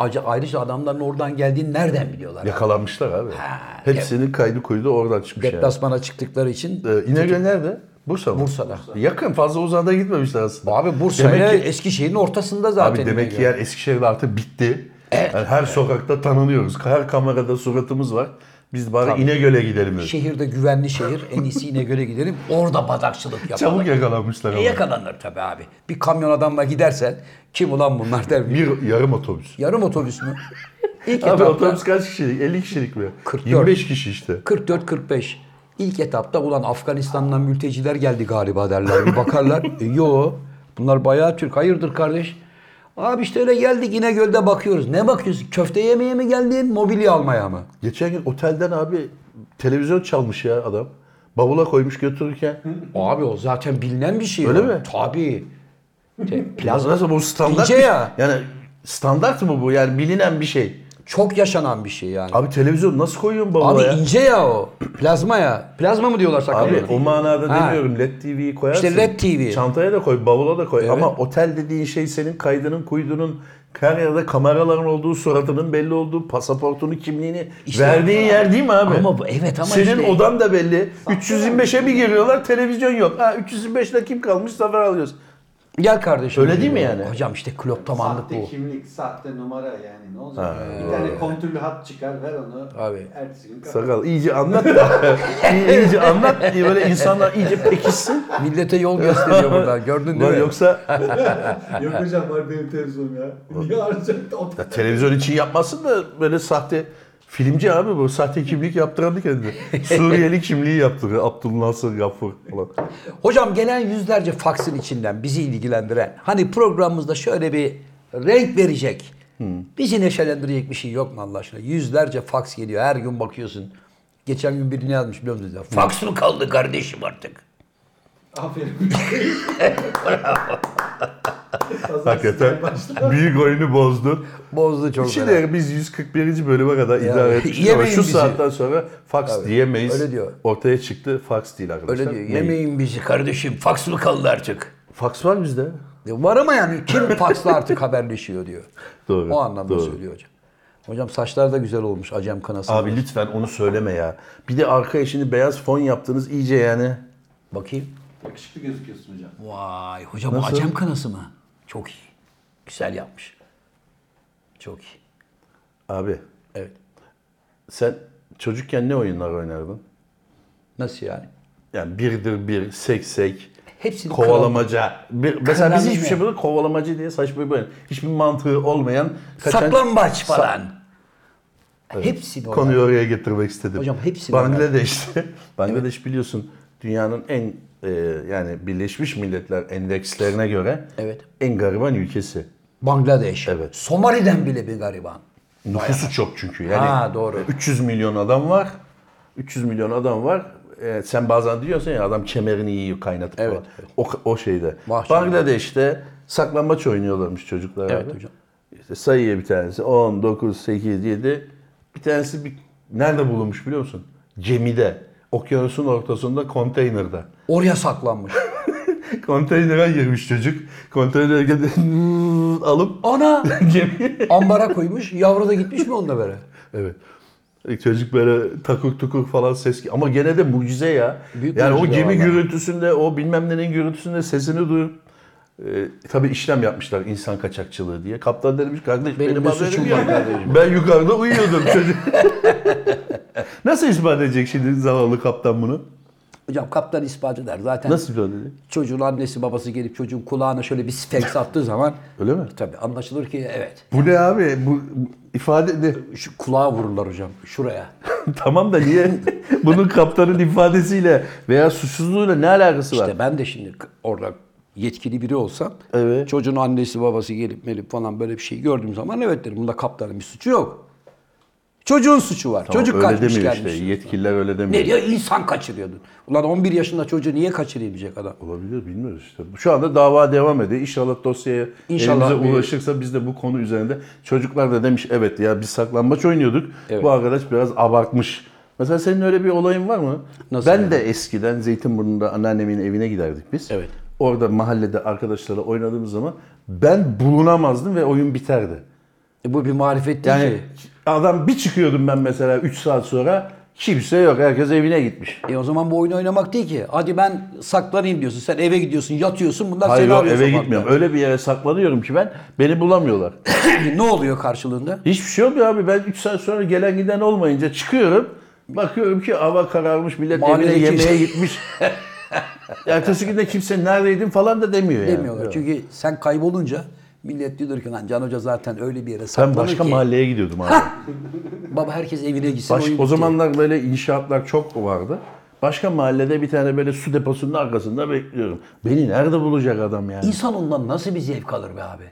A: Acı ayrıca adamların oradan geldiğini nereden biliyorlar?
B: Yakalanmışlar abi. Hepsinin kaydı kuydu oradan çıkmış yani.
A: Deplasmana çıktıkları için
B: Ee, İnegöl nerede? Bursa mı?
A: Bursa'da.
B: Yakın fazla uzağa da gitmemişler aslında.
A: Abi Bursa ile
B: Demek ki,
A: Eskişehir'in ortasında zaten.
B: abi demek ki
A: İnegöl.
B: yer Eskişehir'de artık bitti. Yani her sokakta tanınıyoruz. Her kamerada suratımız var. Biz bari İnegöl'e gidelim. dedik.
A: Şehirde güvenli şehir. En iyisi İnegöl'e gidelim. Orada badakçılık yapalım.
B: Çabuk yakalanmışlar
A: E,
B: ama.
A: yakalanır tabii abi. Bir kamyon adamla gidersen kim ulan bunlar der.
B: Bir yarım otobüs.
A: Yarım otobüs mü? İlk
B: Abi
A: etapta
B: otobüs kaç kişilik? 50 kişilik mi?
A: 44.
B: 25 kişi işte.
A: 44-45. İlk etapta ulan Afganistan'dan mülteciler geldi galiba derler. Bir bakarlar. E, yo. Bunlar bayağı Türk. Hayırdır kardeş? Abi işte öyle geldik İnegöl'de bakıyoruz. Ne bakıyorsun? Köfte yemeye mi geldin? Mobilya almaya mı?
B: Geçen gün otelden abi televizyon çalmış ya adam. Bavula koymuş götürürken.
A: Abi o zaten bilinen bir şey.
B: Öyle
A: o.
B: mi?
A: Tabii. Te-
B: Biraz nasıl bu standart
A: İyice
B: bir-
A: ya.
B: Yani standart mı bu? Yani bilinen bir şey.
A: Çok yaşanan bir şey yani.
B: Abi televizyon nasıl koyuyorsun bavula
A: Abi
B: ya?
A: ince ya o. Plazma ya. Plazma mı diyorlar
B: Abi
A: sakallarına?
B: o manada
A: Ha.
B: demiyorum. LED TV'yi koyarsın.
A: İşte LED TV.
B: Çantaya da koy, bavula da koy.
A: Evet.
B: Ama otel dediğin şey senin kaydının, kuydunun Her yerde kameraların olduğu, suratının belli olduğu, pasaportunu, kimliğini verdiğin yer değil mi abi?
A: Ama bu- evet ama
B: Senin
A: işte-
B: odan da belli. 325'e bir giriyorlar, televizyon yok. Ha 325'le kim kalmış? Zafer alıyoruz.
A: Gel kardeşim.
B: Öyle değil mi yani?
A: Hocam işte kloptomanlık
C: sahte
A: bu.
C: kimlik, sahte numara yani ne olacak? bir tane kontürlü hat çıkar ver onu.
A: Abi.
C: Ertesi gün kapat.
B: Sakal iyice anlat (laughs) da. İyi- iyice anlat diye böyle insanlar iyice pekişsin.
A: Millete yol gösteriyor burada. Gördün değil
B: Lan
A: mi?
B: yoksa
C: Yok hocam var benim
A: (laughs)
C: televizyonum ya. Niye harcayacaktı? O
B: Ya televizyon için yapmasın da böyle sahte filmci abi bu sahte kimlik yaptıran da (laughs) kendine. Suriyeli kimliği yaptırıyor. Abdülnasır Gafur falan.
A: Hocam gelen yüzlerce faksın içinden bizi ilgilendiren, hani programımızda şöyle bir renk verecek, bizi neşelendirecek bir şey yok mu Allah aşkına? Yüzlerce faks geliyor, her gün bakıyorsun. Geçen gün birini yazmış biliyor musunuz? ya? Faks mı kaldı kardeşim artık? (laughs)
C: Aferin. Pazartesi (laughs)
B: Hakikaten
C: başla.
B: büyük oyunu bozdu.
A: Bozdu çok fena.
B: Şimdi biz 141. bölüme kadar idare etmişiz ama
A: yemeyin
B: şu
A: bizi.
B: saatten sonra fax diyemeyiz.
A: öyle diyor.
B: Ortaya çıktı fax değil arkadaşlar.
A: Öyle diyor,
B: Mail.
A: yemeyin bizi kardeşim, faks mı kaldı artık? (laughs)
B: Fax var bizde.
A: Ya Var ama yani kim faksla (laughs) artık haberleşiyor diyor.
B: Doğru,
A: O anlamda
B: doğru.
A: söylüyor hocam. Hocam saçlar da güzel olmuş acem kanası.
B: Abi lütfen onu söyleme ya. Bir de arkaya şimdi beyaz fon yaptınız iyice yani.
A: Bakayım.
C: Yakışıklı gözüküyorsun hocam.
A: Vay hocam bu
B: Nasıl?
A: acem kanası mı? Çok iyi. Güzel yapmış. Çok iyi.
B: Abi
A: Evet.
B: sen çocukken ne oyunlar oynardın?
A: Nasıl yani?
B: Yani birdir bir, seksek,
A: Hepsini
B: kovalamaca. Bir, mesela biz
A: Kral
B: hiçbir
A: ne?
B: şey böyle kovalamacı diye saçma bir oyun. Hiçbir mantığı olmayan.
A: kral- saklambaç falan. Hepsini
B: konuyu
A: oynar.
B: oraya getirmek istedim.
A: Hocam hepsini
B: Bangladeş'te, (laughs) Bangladeş biliyorsun dünyanın en e, yani Birleşmiş Milletler endekslerine göre
A: Evet.
B: en gariban ülkesi.
A: Bangladeş.
B: Evet.
A: Somali'den bile bir gariban.
B: Nüfusu çok çünkü. Yani
A: Ha, doğru.
B: 300 milyon adam var. 300 milyon adam var. Ee, sen bazen diyorsun ya adam kemerini yiyor kaynatıp
A: Evet,
B: falan. O, o şeyde.
A: Mahşerde.
B: Bangladeş'te saklambaç oynuyorlarmış çocuklar
A: Evet
B: abi.
A: hocam.
B: İşte sayıyor bir tanesi 10, 9, 8, 7. Bir tanesi bir, nerede bulunmuş biliyor musun? Gemide. Okyanusun ortasında konteynerda. (laughs)
A: Oraya saklanmış. (laughs)
B: Konteynere girmiş çocuk. Konteynere gidip (laughs) alıp
A: Ana!
B: gemiye
A: Ambara koymuş. Yavru da gitmiş mi onunla böyle?
B: Evet. Çocuk böyle takuk tukuk falan ses ama gene de mucize ya.
A: Büyük
B: yani o
A: mucize
B: gemi
A: vallahi.
B: gürültüsünde, o bilmem nenin gürültüsünde sesini duyup e, tabii işlem yapmışlar insan kaçakçılığı diye. Kaptan demiş kardeş
A: Benim
B: benim,
A: bir
B: haberim
A: suçum
B: yok.
A: var kardeşim."
B: Ben yukarıda
A: (laughs)
B: uyuyordum çocuk. (laughs) Nasıl ispat edecek şimdi zavallı kaptan bunu?
A: Hocam kaptan ispat eder. Zaten
B: Nasıl ispat edecek?
A: çocuğun annesi babası gelip çocuğun kulağına şöyle bir sfeks attığı zaman
B: Öyle mi?
A: tabii anlaşılır ki evet.
B: Bu ne abi? Bu, bu ifade ne?
A: Şu kulağa vururlar hocam. Şuraya.
B: (laughs) tamam da (laughs) niye bunun kaptanın ifadesiyle veya suçsuzluğuyla ne alakası var?
A: İşte ben de şimdi k- orada yetkili biri olsam
B: Evet.
A: çocuğun annesi babası gelip melip falan böyle bir şey gördüğüm zaman evet derim bunda kaptanın bir suçu yok. Çocuğun suçu var.
B: Tamam,
A: Çocuk
B: öyle
A: kaçmış
B: demiyor
A: gelmiş.
B: işte. Yetkililer öyle demiyor.
A: Ne diyor? İnsan kaçırıyordun. Ulan 11 yaşında çocuğu niye kaçırayım diyecek adam.
B: Olabilir bilmiyoruz işte. Şu anda dava devam ediyor. İnşallah dosyaya
A: İnşallah
B: elimize
A: bir-
B: ulaşırsa biz de bu konu üzerinde çocuklar da demiş evet ya biz saklambaç oynuyorduk. Bu arkadaş biraz abartmış. Mesela senin öyle bir olayın var mı?
A: Nasıl
B: ben
A: yani?
B: de eskiden Zeytinburnu'nda anneannemin evine giderdik biz.
A: Evet.
B: Orada mahallede arkadaşlarla oynadığımız zaman ben bulunamazdım ve oyun biterdi.
A: E bu bir marifet değil
B: Yani adam bir çıkıyordum ben mesela 3 saat sonra kimse yok herkes evine gitmiş.
A: ki. E o zaman bu oyunu oynamak değil ki. Hadi ben saklanayım diyorsun. Sen eve gidiyorsun, yatıyorsun. Bunlar
B: Hayır
A: seni
B: yok,
A: arıyor
B: eve
A: sokakta.
B: gitmiyorum. Öyle bir yere saklanıyorum ki ben beni bulamıyorlar.
A: ne oluyor karşılığında?
B: Hiçbir şey olmuyor abi. Ben 3 saat sonra gelen giden olmayınca çıkıyorum. Bakıyorum ki hava kararmış, millet
A: Mahalleye
B: evine
A: kimse-
B: yemeğe gitmiş. (laughs) Ertesi günde kimse neredeydin falan da demiyor yani.
A: Demiyorlar.
B: Yok.
A: Çünkü sen kaybolunca millet diyor ki lan Can Hoca zaten öyle bir yere
B: ben
A: saklanır
B: başka
A: ki.
B: mahalleye gidiyordum abi.
A: Baba herkes evine gitsin.
B: Baş-
A: oyun
B: o
A: bitti.
B: zamanlar böyle inşaatlar çok vardı. Başka mahallede bir tane böyle su deposunun arkasında bekliyorum. Beni nerede bulacak adam yani?
A: İnsan ondan nasıl bir zevk alır be abi?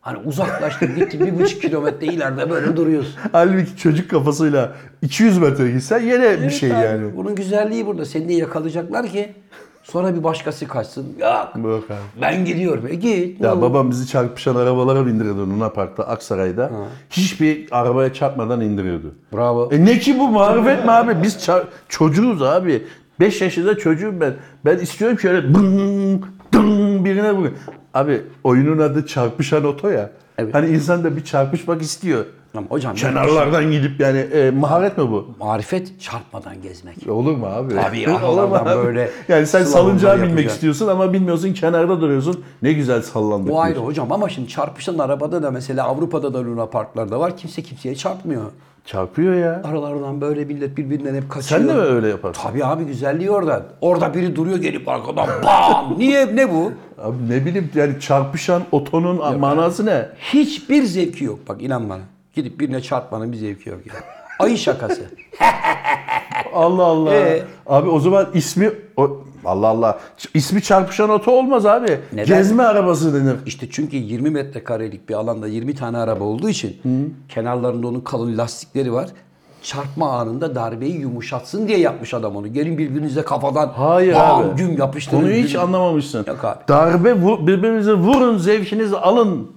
A: Hani uzaklaştın gittin bir buçuk kilometre ileride böyle
B: (laughs)
A: duruyorsun.
B: Halbuki çocuk kafasıyla 200 metre gitsen yine bir şey
A: Evet abi,
B: yani.
A: Bunun güzelliği burada. Seni de yakalayacaklar ki sonra bir başkası kaçsın. Ya
B: Yok abi.
A: ben gidiyorum. E git. ne
B: Ya
A: olur.
B: babam bizi çarpışan arabalara bindirdi Luna Park'ta, Aksaray'da. Hiçbir arabaya çarpmadan indiriyordu.
A: Bravo.
B: E ne ki bu marifet mi abi? Biz çar- çocuğuz abi. 5 yaşında çocuğum ben. Ben istiyorum ki öyle bın, dın birine vurayım. Abi oyunun adı çarpışan oto ya.
A: Evet.
B: Hani insan da bir çarpışmak istiyor.
A: Tamam hocam.
B: Kenarlardan gidip yani e, maharet mi bu?
A: Marifet çarpmadan gezmek.
B: E, Olur mu abi?
A: Abi ya, havalardan böyle
B: Yani sen
A: slalomları
B: salıncağa binmek
A: yapacak.
B: istiyorsun ama bilmiyorsun kenarda duruyorsun. Ne güzel sallandık.
A: Bu
B: diyorsun.
A: ayrı hocam ama şimdi çarpışan arabada da mesela Avrupa'da da Luna Parklarda var. Kimse kimseye çarpmıyor.
B: Çarpıyor ya.
A: Aralardan böyle millet birbirinden hep kaçıyor.
B: Sen de mi öyle yaparsın?
A: Tabii abi güzelliği orada. Orada biri duruyor gelip arkadan bam. Niye ne bu?
B: Abi ne bileyim yani çarpışan otonun manası ne?
A: Hiçbir zevki yok bak inan bana. Gidip birine çarpmanın bir zevki yok ya. Ayı
B: (laughs)
A: şakası.
B: Allah Allah.
A: Ee?
B: Abi o zaman ismi o, Allah Allah. Ç- ismi çarpışan oto olmaz abi.
A: Neden?
B: Gezme arabası denir.
A: İşte çünkü 20 metrekarelik bir alanda 20 tane araba olduğu için kenarlarında onun kalın lastikleri var. Çarpma anında darbeyi yumuşatsın diye yapmış adam onu. Gelin birbirinize kafadan
B: Hayır
A: bam,
B: abi.
A: güm yapıştırın.
B: Konuyu hiç
A: Güm.
B: anlamamışsın.
A: Yok abi.
B: Darbe vu- birbirinize vurun, zevkinizi alın.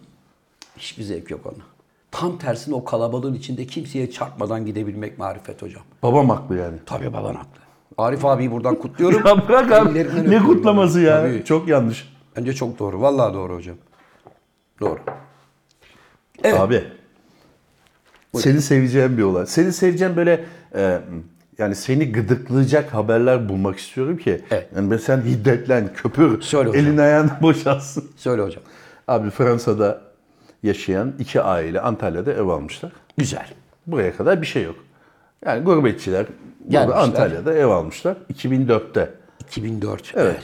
A: Hiçbir zevk yok ona. Tam tersine o kalabalığın içinde kimseye çarpmadan gidebilmek marifet hocam.
B: Babam haklı yani.
A: Tabii baban haklı. Arif abiyi buradan kutluyorum.
B: (laughs) Ya bırak abi.
A: Ellerinden
B: Ne
A: öpüyorum.
B: kutlaması ya?
A: Tabii.
B: Çok yanlış.
A: Bence çok doğru. Vallahi doğru hocam. Doğru. Evet.
B: Abi. Seni seveceğim bir olay. Seni seveceğim böyle e, yani seni gıdıklayacak haberler bulmak istiyorum ki.
A: Evet.
B: Yani ben sen hiddetlen, köpür,
A: Söyle hocam.
B: elin ayağını (laughs) boşalsın.
A: Söyle hocam.
B: Abi Fransa'da yaşayan iki aile Antalya'da ev almışlar.
A: Güzel.
B: Buraya kadar bir şey yok. Yani gurbetçiler burada
A: Gelmişler.
B: Antalya'da ev almışlar 2004'te.
A: 2004. evet.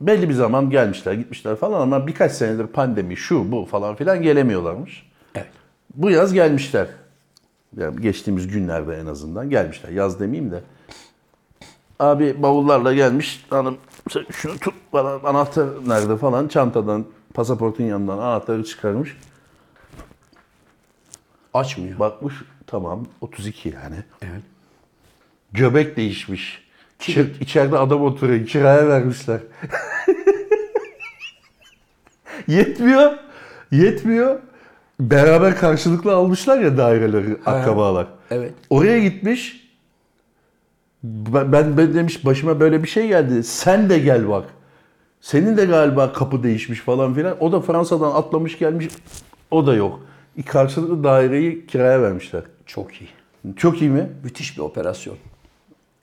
B: Belli bir zaman gelmişler gitmişler falan ama birkaç senedir pandemi şu bu falan filan gelemiyorlarmış.
A: Evet.
B: Bu yaz gelmişler. Yani geçtiğimiz günlerde en azından gelmişler. Yaz demeyeyim de. Abi bavullarla gelmiş. Hanım sen şunu tut falan. Anahtar nerede falan. Çantadan, pasaportun yanından anahtarı çıkarmış.
A: Açmıyor.
B: Bakmış tamam 32 yani.
A: Evet.
B: Göbek değişmiş. Çir- içeride adam oturuyor. Kiraya vermişler. (laughs) yetmiyor. Yetmiyor. Beraber karşılıklı almışlar ya daireleri akrabalar.
A: evet.
B: Oraya gitmiş. Ben, ben, ben demiş başıma böyle bir şey geldi. Sen de gel bak. Senin de galiba kapı değişmiş falan filan. O da Fransa'dan atlamış gelmiş. O da yok. Karşılıklı daireyi kiraya vermişler.
A: Çok iyi.
B: Çok iyi mi?
A: Müthiş bir operasyon.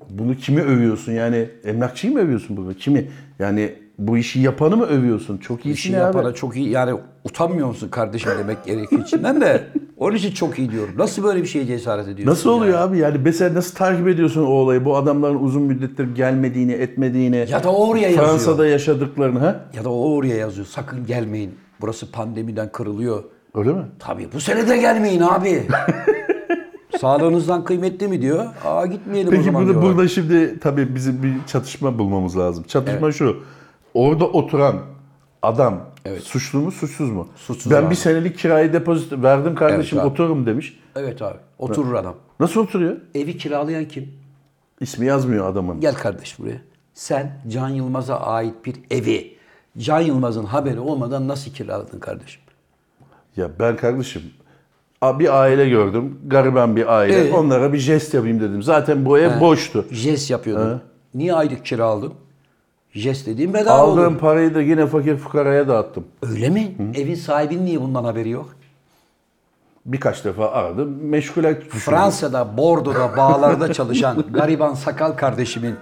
B: Bunu kimi övüyorsun yani? Emlakçıyı mı övüyorsun burada? Kimi? Yani bu işi yapanı mı övüyorsun? Çok iyi
A: İşi
B: işin abi.
A: şey yapana çok iyi. Yani utanmıyor musun kardeşim demek gerekiyor içinden de. (laughs) Onun için çok iyi diyorum. Nasıl böyle bir şeye cesaret ediyorsun?
B: Nasıl
A: ya?
B: oluyor abi? Yani mesela nasıl takip ediyorsun o olayı? Bu adamların uzun müddettir gelmediğini, etmediğini.
A: Ya da o oraya yazıyor.
B: Fransa'da yaşadıklarını ha?
A: Ya da o oraya yazıyor. Sakın gelmeyin. Burası pandemiden kırılıyor.
B: Öyle mi?
A: Tabii bu sene de gelmeyin (laughs) abi. Sağlığınızdan kıymetli mi diyor. Aa gitmeyelim o
B: Peki
A: zaman
B: burada,
A: diyorlar.
B: burada şimdi tabii bizim bir çatışma bulmamız lazım. Çatışma şu. Orada oturan adam suçlu mu suçsuz mu?
A: Suçsuz
B: ben
A: abi.
B: bir senelik kirayı depozito verdim kardeşim
A: Evet abi.
B: otururum demiş.
A: Evet abi. Oturur adam.
B: Nasıl oturuyor?
A: Evi kiralayan kim?
B: İsmi yazmıyor adamın.
A: Gel kardeş buraya. Sen Can Yılmaz'a ait bir evi Can Yılmaz'ın haberi olmadan nasıl kiraladın kardeşim?
B: Ya ben kardeşim a- bir aile gördüm. Gariban bir aile.
A: Ee?
B: Onlara bir jest yapayım dedim. Zaten bu ev boştu.
A: Jest yapıyordun. Niye aylık kira aldın? Jest dediğin bedava
B: Aldığım
A: olur.
B: parayı da yine fakir fukaraya dağıttım.
A: Öyle mi? Evin sahibinin niye bundan haberi yok?
B: Birkaç defa aradım. Meşgule düşürdüm.
A: Fransa'da, Bordo'da, bağlarda çalışan gariban sakal kardeşimin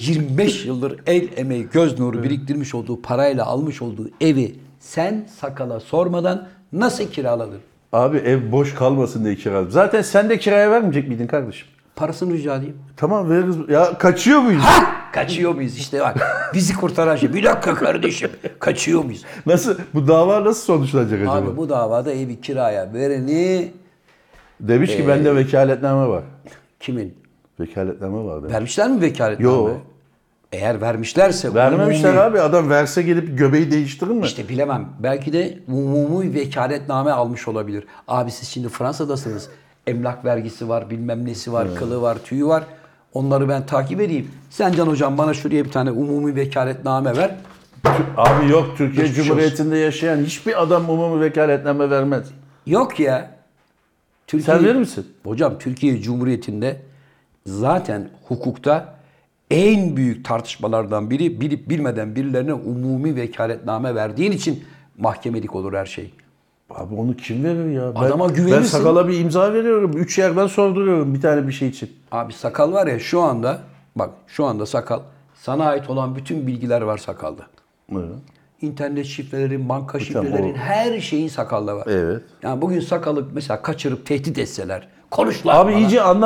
A: 25 yıldır el emeği, göz nuru biriktirmiş olduğu parayla almış olduğu evi sen sakala sormadan nasıl kiraladın?
B: Abi ev boş kalmasın diye kiraladım. Zaten sen de kiraya vermeyecek miydin kardeşim?
A: Parasını rica edeyim.
B: Tamam veririz. Ya
A: (laughs)
B: kaçıyor muyuz?
A: Ha! Kaçıyor muyuz işte bak. Bizi kurtaran şey. Bir dakika kardeşim. Kaçıyor muyuz?
B: Nasıl? Bu dava nasıl sonuçlanacak acaba?
A: Abi bu davada evi kiraya vereni
B: Demiş ki
A: Ee,
B: bende vekaletname var.
A: kimin?
B: Vekaletname var demiş.
A: Vermişler mi vekaletname?
B: Yo.
A: Eğer vermişlerse
B: Vermemişler
A: umumi-
B: abi. Adam verse gelip göbeği değiştirir mi?
A: İşte bilemem. Belki de umumi vekaletname almış olabilir. Abi siz şimdi Fransa'dasınız. Emlak vergisi var, bilmem nesi var, kılı var, tüyü var. Onları ben takip edeyim. Sen Can Hocam bana şuraya bir tane umumi vekaletname ver.
B: Abi yok Türkiye
A: Geçmiş
B: Cumhuriyeti'nde yaşayan hiçbir adam umumi vekaletname vermez.
A: Yok ya. Türkiye,
B: Sen verir misin?
A: Hocam Türkiye Cumhuriyeti'nde zaten hukukta en büyük tartışmalardan biri bilip bilmeden birilerine umumi vekaletname verdiğin için mahkemelik olur her şey.
B: Abi onu kim verir ya? Ben,
A: Adama
B: Ben
A: güvenirsin.
B: sakala bir imza veriyorum. Üç yerden sorduruyorum bir tane bir şey için.
A: Abi sakal var ya şu anda bak şu anda sakal sana ait olan bütün bilgiler var sakalda.
B: Evet.
A: İnternet şifrelerin, banka
B: Hocam,
A: şifrelerin
B: o-
A: her şeyin sakalda var.
B: Evet.
A: Yani bugün sakalı mesela kaçırıp tehdit etseler, konuş lan
B: Abi
A: bana.
B: iyice anlatın.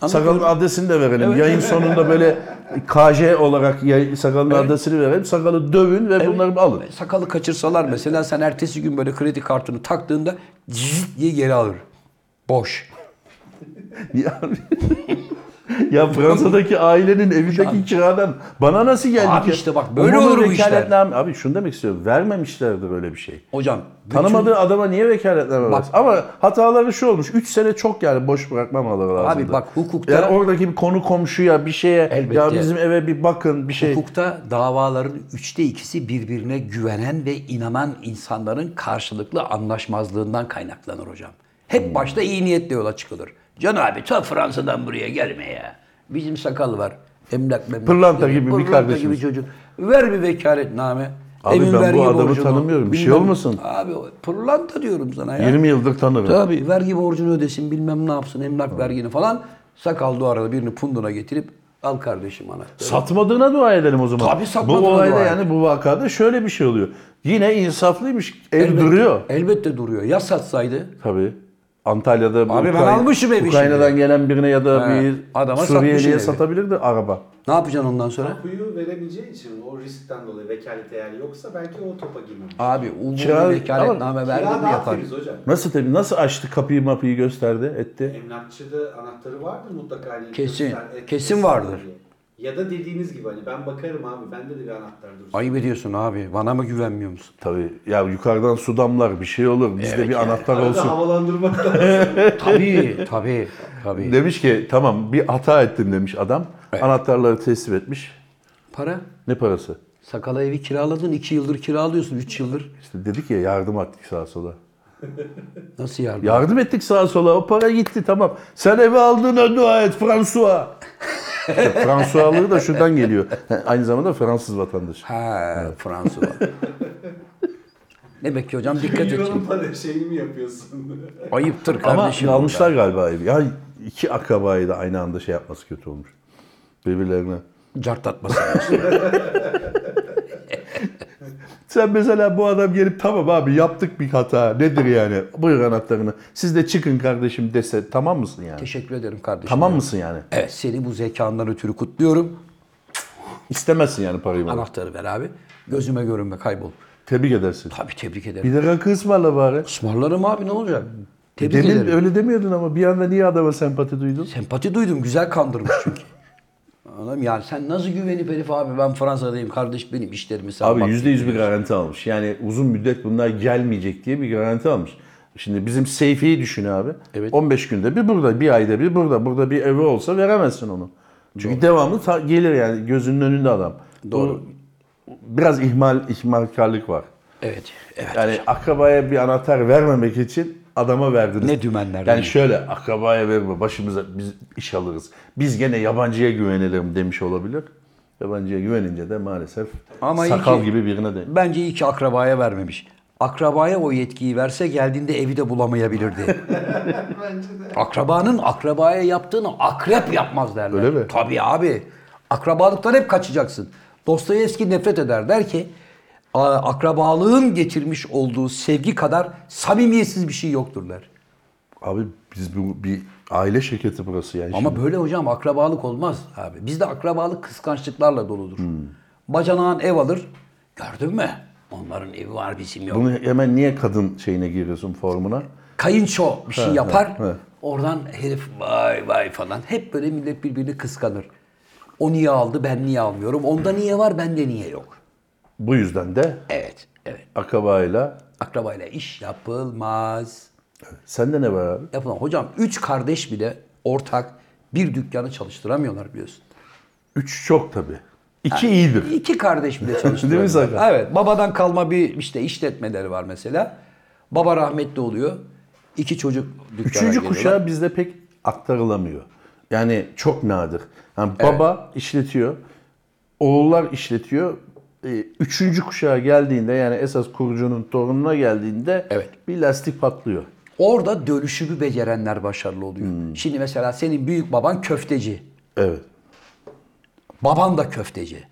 A: Anlatıyorum.
B: Sakalın adresini de verelim. Yayın sonunda böyle KJ olarak yay- sakalın adresini verelim. Sakalı dövün ve bunları alın.
A: Sakalı kaçırsalar mesela sen ertesi gün böyle kredi kartını taktığında zzzz diye geri alır. Boş.
B: Ya, (laughs) ya Fransa'daki ailenin evindeki kiradan bana nasıl geldi
A: Abi
B: ki?
A: işte bak böyle
B: Ona
A: olur bu işler.
B: vekaletname- Abi şunu demek istiyorum. Vermemişlerdir öyle bir şey.
A: Hocam bütün-
B: Tanımadığı adama niye vekaletname vermez? Ama hataları şu olmuş. 3 sene çok yani boş bırakmamaları lazım.
A: bak hukukta-
B: Yani oradaki bir konu komşuya bir şeye
A: Elbette.
B: ya bizim eve bir bakın bir şey.
A: Hukukta davaların üçte ikisi birbirine güvenen ve inanan insanların karşılıklı anlaşmazlığından kaynaklanır hocam. Hep
B: Hmm.
A: başta iyi niyetle yola çıkılır. Can abi ta Fransa'dan buraya gelme ya. Bizim sakal var. Emlak memlak. şey
B: Pırlanta gibi bir
A: Pırlanta
B: kardeşimiz.
A: gibi çocuk. Ver bir vekaletname.
B: Abi ben bu
A: vergi
B: adamı tanımıyorum. Bir şey olmasın.
A: Abi o- pırlanta diyorum sana ya.
B: 20 yıldır tanırım.
A: Tabii vergi borcunu ödesin bilmem ne yapsın emlak vergini falan. Sakal duvarda birini punduna getirip al kardeşim anahtarı.
B: Satmadığına dua edelim o zaman.
A: Tabii satmadığına
B: Bu olayda
A: dua
B: yani bu vakada şöyle bir şey oluyor. Yine insaflıymış. Ev
A: Elbette-
B: duruyor.
A: Elbette duruyor. Ya satsaydı?
B: Tabii. Antalya'da bir
A: Abi ben almışım evi
B: Ukrayna'dan
A: şimdi.
B: gelen birine ya da
A: He,
B: bir
A: adama satmışım
B: Suriyeli'ye
A: evi.
B: satabilirdi araba.
A: Ne yapacaksın ondan sonra?
C: Tapuyu veremeyeceği için o riskten dolayı vekalete eğer yoksa belki o topa girmem.
A: Abi umumi
B: Kira-
A: vekaletname verdi
C: Kira
A: mi
C: daha
A: yapar?
C: temiz hocam.
B: Nasıl tabii nasıl açtı kapıyı mapıyı gösterdi etti.
C: Emlakçıda anahtarı vardır mutlaka. hani
A: Kesin,
C: göster- et-
A: kesin
C: göster
A: vardır.
C: diye. Ya da dediğiniz gibi hani ben bakarım abi bende de bir anahtar dursun.
A: Ayıp ediyorsun abi. Bana mı güvenmiyor
B: (laughs)
A: musun?
B: Tabii ya yukarıdan su damlar bir şey olur bizde bir anahtar
C: Arada
B: olsun.
C: havalandırmak
B: (laughs)
C: lazım.
A: tabii, tabii, tabii.
B: Demiş ki tamam bir hata ettim demiş adam.
A: Evet.
B: Anahtarları teslim etmiş.
A: Para?
B: Ne parası?
A: Sakala evi kiraladın. iki yıldır kiralıyorsun. Üç yıldır.
B: İşte dedik ya yardım attık sağa sola.
A: Nasıl yardım?
B: Yardım ettik sağa sola. O para gitti tamam. Sen eve aldığına dua et
A: (laughs)
B: François. işte François'lığı da şuradan geliyor. Aynı zamanda Fransız vatandaşı.
A: Ha, Fransız.
B: (laughs)
A: Demek ki hocam dikkat et.
C: Euro'nun para şeyini mi yapıyorsun?
A: Ayıptır
B: Ama
A: kardeşim.
B: almışlar galiba evi. Ya iki akabayı da aynı anda şey yapması kötü olmuş. Birbirlerine. (laughs)
A: Cartlatmasın.
B: Sen mesela bu adam gelip tamam abi yaptık bir hata. Nedir yani? Buyur anahtarını. Siz de çıkın kardeşim dese tamam mısın yani?
A: Teşekkür ederim kardeşim.
B: Tamam mısın yani?
A: Evet seni bu zekandan ötürü kutluyorum.
B: İstemezsin yani parayı bana.
A: Anahtarı ver abi. Gözüme görünme kaybol.
B: Tebrik edersin.
A: Tabii tebrik ederim.
B: Bir de rakı ısmarla bari.
A: Ismarlarım abi ne olacak? Tebrik
B: E Demin
A: ederim.
B: öyle demiyordun ama bir anda niye adama sempati duydun?
A: Sempati duydum. Güzel kandırmış
B: (laughs)
A: çünkü. Anam yani sen nasıl güvenip herif abi ben Fransa'dayım kardeş benim işlerimi sen
B: Abi
A: bak.
B: yüzde yüz bir garanti almış. Yani uzun müddet bunlar gelmeyecek diye bir garanti almış. Şimdi bizim Seyfi'yi düşün abi.
A: Evet.
B: 15 günde bir burada, bir ayda bir burada. Burada bir evi olsa veremezsin onu. Çünkü devamlı ta- gelir yani gözünün önünde adam. Doğru. biraz ihmal ihmalkarlık var.
A: Evet. evet.
B: Yani akrabaya bir anahtar vermemek için adama verdiniz.
A: Ne dümenler değil
B: Yani
A: mi?
B: şöyle akrabaya verme başımıza biz iş alırız. Biz gene yabancıya güvenelim demiş olabilir. Yabancıya güvenince de maalesef
A: Ama iyi
B: sakal
A: ki-
B: gibi birine de.
A: Bence iyi ki akrabaya vermemiş. Akrabaya o yetkiyi verse geldiğinde evi de bulamayabilirdi.
B: (laughs)
C: Bence de.
A: Akrabanın akrabaya yaptığını akrep yapmaz derler.
B: Öyle mi?
A: Tabii abi. Akrabalıktan hep kaçacaksın. Dostoyevski nefret eder. Der ki "A- akrabalığın getirmiş olduğu sevgi kadar samimiyetsiz bir şey yoktur der.
B: Abi biz bu bir aile şirketi burası yani.
A: Ama
B: Şimdi
A: böyle hocam akrabalık olmaz abi. Bizde akrabalık kıskançlıklarla doludur. Bacanağın ev alır. Gördün mü? Onların evi var bizim yok.
B: bunu hemen niye kadın şeyine giriyorsun formuna?
A: kayınço bir şey yapar.
B: he.
A: Oradan herif vay vay falan. Hep böyle millet birbirini kıskanır. O niye aldı ben niye almıyorum. Onda niye var bende niye yok.
B: Bu yüzden de
A: Evet. Evet.
B: akabayla
A: Akrabayla iş yapılmaz.
B: sende ne var abi?
A: Yapılan hocam üç kardeş bile ortak bir dükkanı çalıştıramıyorlar biliyorsun.
B: Üç çok tabii. İki iyidir.
A: İki kardeş bile çalıştırıyor.
B: Değil mi Sakar?
A: Evet. Babadan kalma bir işte işletmeleri var mesela. Baba rahmetli oluyor. İki çocuk dükkana
B: Üçüncü
A: geliyorlar.
B: kuşağı bizde pek aktarılamıyor. Yani çok nadir. Yani baba işletiyor, oğullar işletiyor, e, üçüncü kuşağa geldiğinde yani esas kurucunun torununa geldiğinde
A: Evet.
B: bir lastik patlıyor.
A: Orada dönüşümü becerenler başarılı oluyor.
B: Hmm.
A: Şimdi mesela senin büyük baban köfteci.
B: Evet.
A: Baban da köfteci.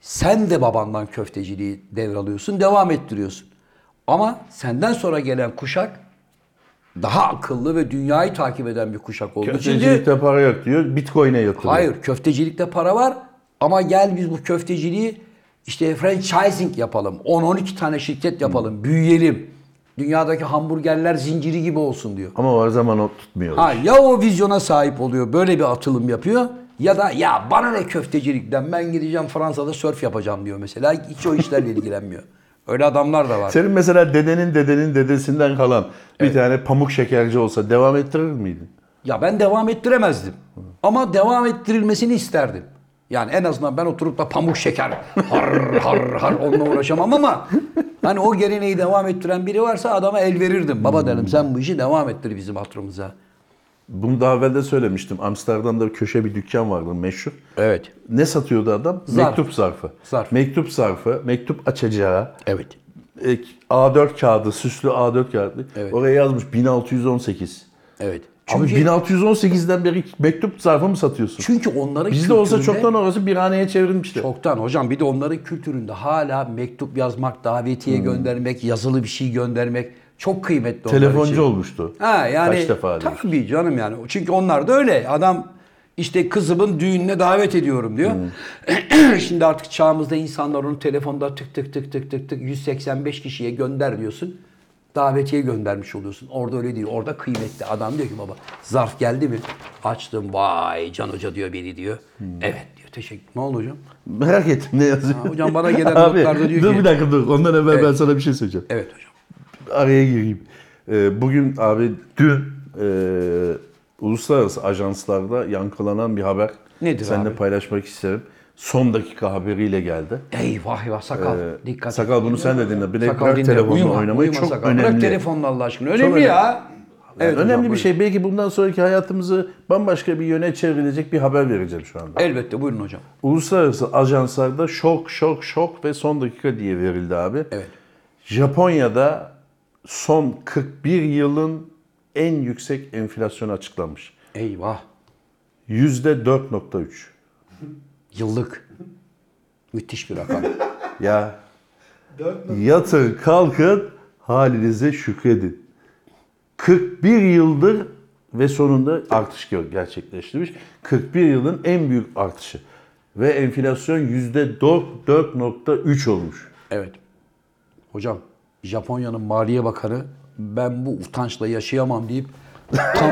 A: Sen de babandan köfteciliği devralıyorsun, devam ettiriyorsun. Ama senden sonra gelen kuşak daha akıllı ve dünyayı takip eden bir kuşak olduğu için de-
B: Köftecilikte para yok diyor. Bitcoin'e yatırıyor.
A: Hayır, köftecilikte para var ama gel biz bu köfteciliği işte franchising yapalım. 10-12 tane şirket yapalım, büyüyelim. Dünyadaki hamburgerler zinciri gibi olsun diyor.
B: Ama o zaman o tutmuyor.
A: Ha ya o vizyona sahip oluyor, böyle bir atılım yapıyor ya da ya bana ne köftecilikten ben gideceğim Fransa'da sörf yapacağım diyor mesela. Hiç o işlerle ilgilenmiyor. Öyle adamlar da var.
B: Senin mesela dedenin dedenin dedesinden kalan bir tane pamuk şekerci olsa devam ettirir miydin?
A: Ya ben devam ettiremezdim. Ama devam ettirilmesini isterdim. Yani en azından ben oturup da pamuk şeker har har har onunla uğraşamam ama hani o geleneği devam ettiren biri varsa adama el verirdim.
B: Hmm.
A: Baba derim sen bu işi devam ettir bizim hatırımıza.
B: Bunu daha evvel de söylemiştim. Amsterdam'da bir köşe bir dükkan vardı meşhur.
A: Evet.
B: Ne satıyordu adam?
A: Zarf.
B: Mektup zarfı.
A: Zarf.
B: Mektup zarfı, mektup açacağı,
A: Evet.
B: e, A4 kağıdı, süslü A4 kağıdı.
A: Evet. şey-
B: Oraya yazmış 1618.
A: Evet.
B: Abi
A: Çünkü,
B: 1618'den beri mektup zarfı mı satıyorsun?
A: çünkü onların
B: Bizde olsa
A: kültüründe-
B: çoktan orası birhaneye çevrilmişti.
A: Çoktan hocam bir de onların kültüründe hala mektup yazmak, davetiye
B: Hmm.
A: göndermek, yazılı bir şey göndermek çok kıymetli onlar için.
B: Telefoncu olmuştu.
A: şey. Ha yani
B: Kaç defa diyor.
A: tabii canım yani. Çünkü onlar da öyle. Adam işte kızımın düğününe davet ediyorum diyor. (clears throat) Şimdi artık çağımızda insanlar onu telefonda tık tık tık tık tık tık 185 kişiye gönder diyorsun. Davetiye göndermiş oluyorsun. Orada öyle değil. Orada kıymetli. Adam diyor ki baba zarf geldi mi? Açtım. Vay Can Hoca diyor beni diyor. Evet diyor. Teşekkür. Ne oldu hocam?
B: Merak ettim ne yazıyor.
A: Ha, hocam bana gelen
B: (laughs) Abi,
A: notlarda diyor
B: dur
A: ki-
B: bir dakika dur. Ondan evvel ben
A: Evet.
B: sana bir şey söyleyeceğim.
A: Evet hocam.
B: Araya gireyim. Ee, bugün abi dün e, uluslararası ajanslarda yankılanan bir haber.
A: Nedir
B: Seninle
A: abi?
B: paylaşmak isterim. Son dakika haberiyle geldi.
A: Eyvah eyvah sakal.
B: Ee,
A: Dikkat.
B: Sakal bunu sen de dinle. Bir de
A: Sakal
B: bırak
A: dinle.
B: telefonla
A: Uyuma,
B: oynamayı
A: uyuma
B: çok
A: sakal.
B: önemli.
A: Bırak telefonla Allah aşkına. Önemli,
B: önemli.
A: ya.
B: Yani
A: hocam,
B: önemli bir
A: buyurun.
B: şey. Belki bundan sonraki hayatımızı bambaşka bir yöne çevrilecek bir haber vereceğim şu anda.
A: Elbette buyurun hocam.
B: Uluslararası ajanslarda şok şok şok ve son dakika diye verildi abi.
A: Evet.
B: Japonya'da son 41 yılın en yüksek enflasyonu açıklanmış.
A: Eyvah.
B: %4.3.
A: Yıllık. Müthiş bir
B: (laughs)
A: rakam.
B: Ya
C: Dört mü?
B: yatın kalkın halinize şükredin. 41 yıldır ve sonunda artış ger- gerçekleştirmiş. 41 yılın en büyük artışı. Ve enflasyon %4.3 olmuş.
A: evet. Hocam Japonya'nın Maliye Bakanı ben bu utançla yaşayamam deyip
B: (laughs)
A: tam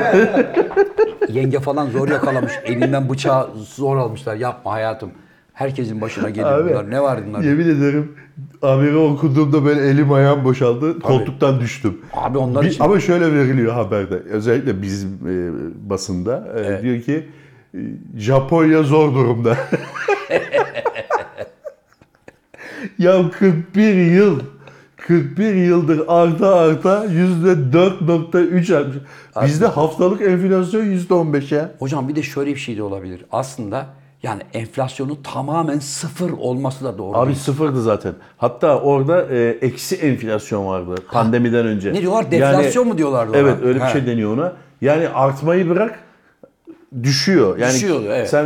A: yenge falan zor yakalamış. Elinden bıçağı zor almışlar. Yapma hayatım. Herkesin başına geliyor
B: Abi,
A: bunlar. Ne var bunlar?
B: Yemin ederim haberi okuduğumda böyle elim ayağım boşaldı. Koltuktan düştüm.
A: Abi onlar
B: Bir-
A: için
B: ama şöyle veriliyor haberde. Özellikle bizim e, basında. e, Diyor ki e, Japonya
A: (laughs)
B: zor durumda. ya 41 yıl 41 yıldır arta arta %4.3 artmış. Bizde haftalık enflasyon %15 ya.
A: Hocam bir de şöyle bir şey de olabilir. Aslında yani enflasyonun tamamen sıfır olması da doğru.
B: Abi
A: değil.
B: sıfırdı zaten. Hatta orada e, eksi enflasyon vardı pandemiden önce.
A: Ne diyorlar? Deflasyon mu diyorlardı ona?
B: Evet öyle bir
A: He.
B: şey deniyor ona. Yani artmayı bırak düşüyor. Yani
A: Düşüyor, evet.
B: Sen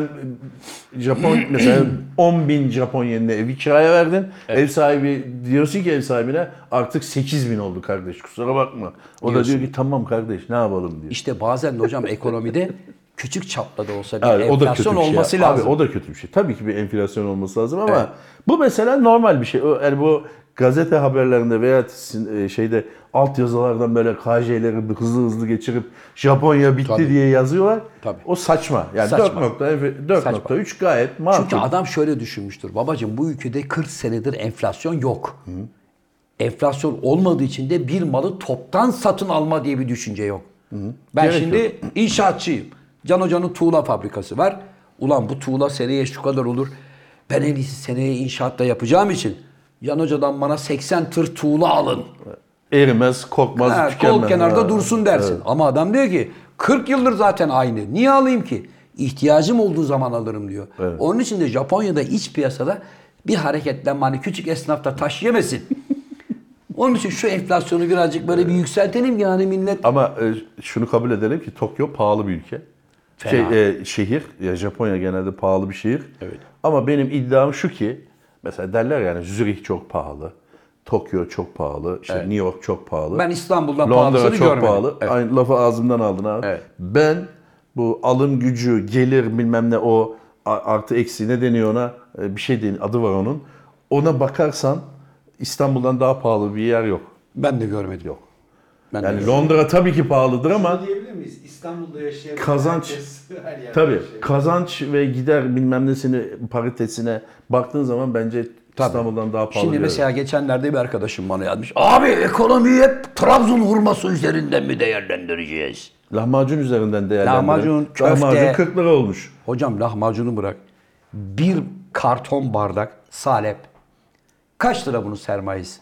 A: (clears throat)
B: e, Japon mesela 10 bin Japon yenine evi kiraya verdin. Ev sahibi diyorsun ki ev sahibine artık 8 bin oldu kardeş kusura bakma. O da
A: Diyorsun.
B: diyor ki tamam kardeş ne yapalım diyor.
A: İşte bazen de hocam ekonomide küçük çapta da olsa bir
B: Evet, o da kötü
A: enflasyon
B: bir şey.
A: olması lazım.
B: Abi o da kötü bir şey. Tabii ki bir enflasyon olması lazım ama bu mesela normal bir şey. O- Yani bu gazete haberlerinde veya sin- e, şeyde altyazılardan böyle KJ'leri hızlı hızlı geçirip Japonya bitti
A: Tabii.
B: diye yazıyorlar.
A: Tabii.
B: O saçma. Yani
A: Saçma.
B: 4.3 4.3 gayet makul.
A: Çünkü adam şöyle düşünmüştür. Babacığım bu ülkede 40 senedir enflasyon yok. Enflasyon olmadığı için de bir malı toptan satın alma diye bir düşünce yok. Ben
B: Gerek
A: şimdi inşaatçıyım. Can Hoca'nın tuğla fabrikası var. Ulan bu tuğla seneye şu kadar olur. Ben en iyisi seneye inşaatta yapacağım için Can Hoca'dan bana 80 tır tuğla alın.
B: Erimez, kokmaz,
A: Ha,
B: tükenmez.
A: kol kenarda
B: Ha.
A: dursun dersin. Ama adam diyor ki 40 yıldır zaten aynı. Niye alayım ki? İhtiyacım olduğu zaman alırım diyor. Onun için de Japonya'da iç piyasada bir hareketlenme hani küçük esnafta taş (laughs) yemesin. Onun için şu enflasyonu birazcık böyle bir yükseltelim yani millet.
B: Ama e, şunu kabul edelim ki Tokyo pahalı bir ülke. Şey, e, şehir, ya Japonya genelde pahalı bir şehir.
A: Evet.
B: Ama benim iddiam şu ki, mesela derler yani Zürih çok pahalı, Tokyo çok pahalı, işte New York çok pahalı.
A: Ben İstanbul'dan
B: Londra
A: pahalısını
B: çok
A: görmedim.
B: pahalı.
A: Evet.
B: Aynı lafı ağzımdan aldın abi.
A: Evet.
B: Ben bu alım gücü, gelir bilmem ne o a- artı eksi ne deniyor ona E, bir şey değil adı var onun. Ona bakarsan İstanbul'dan daha pahalı bir yer yok.
A: Ben de görmedim. Yok. Ben de
B: Yani
A: görmedim.
B: Londra tabii ki pahalıdır ama
C: Şunu diyebilir miyiz? İstanbul'da yaşayan
B: Kazanç.
C: herkes her yerde
B: Tabii.
C: yaşıyor.
B: Kazanç ve gider bilmem nesini paritesine baktığın zaman bence İstanbul'dan daha pahalı.
A: Şimdi
B: bir yer.
A: mesela geçenlerde bir arkadaşım bana yazmış. Abi ekonomiyi hep Trabzon hurması üzerinden mi değerlendireceğiz?
B: lahmacun üzerinden değerlendirelim.
A: Lahmacun, köfte.
B: Lahmacun 40 lira olmuş.
A: Hocam lahmacunu bırak. Bir karton bardak salep. Kaç lira bunun sermayesi?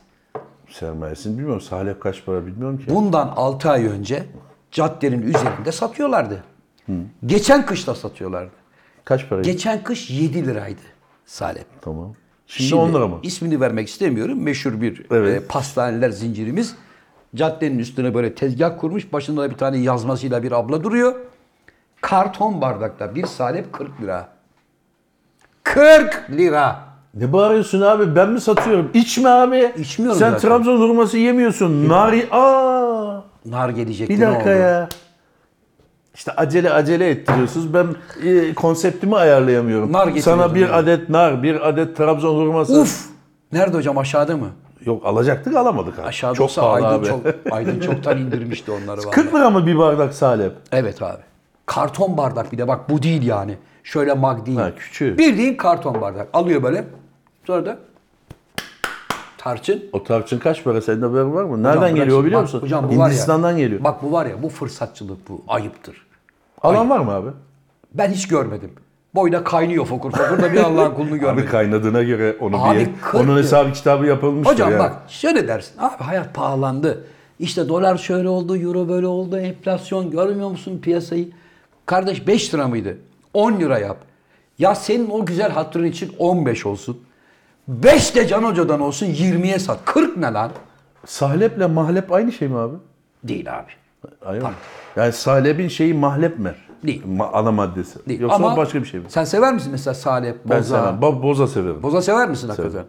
B: Sermayesini bilmiyorum. Salep kaç para bilmiyorum ki.
A: Bundan 6 ay önce caddenin üzerinde satıyorlardı. Geçen kışta satıyorlardı.
B: Kaç para?
A: Geçen kış 7 liraydı salep.
B: Tamam. Şimdi, 10 lira mı?
A: İsmini vermek istemiyorum. Meşhur bir
B: Evet.
A: e, pastaneler zincirimiz. Caddenin üstüne böyle tezgah kurmuş. Başında da bir tane yazmasıyla bir abla duruyor. Karton bardakta bir salep 40 lira. 40 lira.
B: Ne bağırıyorsun abi? Ben mi satıyorum? İçme abi.
A: İçmiyorum
B: Sen
A: zaten.
B: Trabzon hurması yemiyorsun. Nari. Aa.
A: Nar gelecek
B: Bir
A: ne
B: dakika
A: oldu?
B: ya. İşte acele acele ettiriyorsunuz. Ben e, konseptimi ayarlayamıyorum.
A: Nar getiriyordum
B: Sana bir
A: yani.
B: adet nar, bir adet Trabzon hurması.
A: Uf! Nerede hocam aşağıda mı?
B: Yok alacaktık alamadık abi.
A: Aşağıda
B: Çok
A: olsa
B: pahalı
A: Aydın,
B: abi. (laughs)
A: Çok, Aydın çoktan indirmişti onları. vallahi.
B: 40 lira mı bir bardak salep?
A: Evet abi. Karton bardak bir de bak bu değil yani. Şöyle mag değil.
B: Ha, küçüğü.
A: Bildiğin karton bardak. Alıyor böyle. Sonra da tarçın.
B: O tarçın kaç para? Senin haberin var mı?
A: Hocam
B: Nereden
A: bırak
B: geliyor
A: şimdi.
B: biliyor
A: Bak,
B: musun?
A: Hocam bu var
B: Hindistan'dan
A: ya,
B: geliyor.
A: Bak bu var ya bu fırsatçılık bu. Ayıptır.
B: Alan var mı abi?
A: Ben hiç görmedim. Boyda kaynıyor fokur fokur da bir Allah'ın kulunu
B: Abi
A: görmedim.
B: kaynadığına göre onu
A: Abi
B: bir yer-
A: 40
B: onun
A: lira.
B: hesabı kitabı yapılmıştır
A: Hocam
B: yani.
A: bak şöyle dersin. Abi hayat pahalandı. İşte dolar şöyle oldu, euro böyle oldu, enflasyon görmüyor musun piyasayı? Kardeş 5 lira mıydı? 10 lira yap. Ya senin o güzel hatırın için 15 olsun. 5 de Can Hoca'dan olsun 20'ye sat. 40 ne lan?
B: Sahleple mahlep aynı şey mi abi?
A: Değil abi.
B: Hayır. Yani sahlebin şeyi mahlep mi?
A: Değil.
B: Ma- ana maddesi.
A: Değil.
B: Yoksa
A: Ama
B: başka bir şey mi?
A: Sen sever misin mesela salep, boza?
B: Ben sevmem. Ba- boza severim.
A: Boza sever misin hakikaten?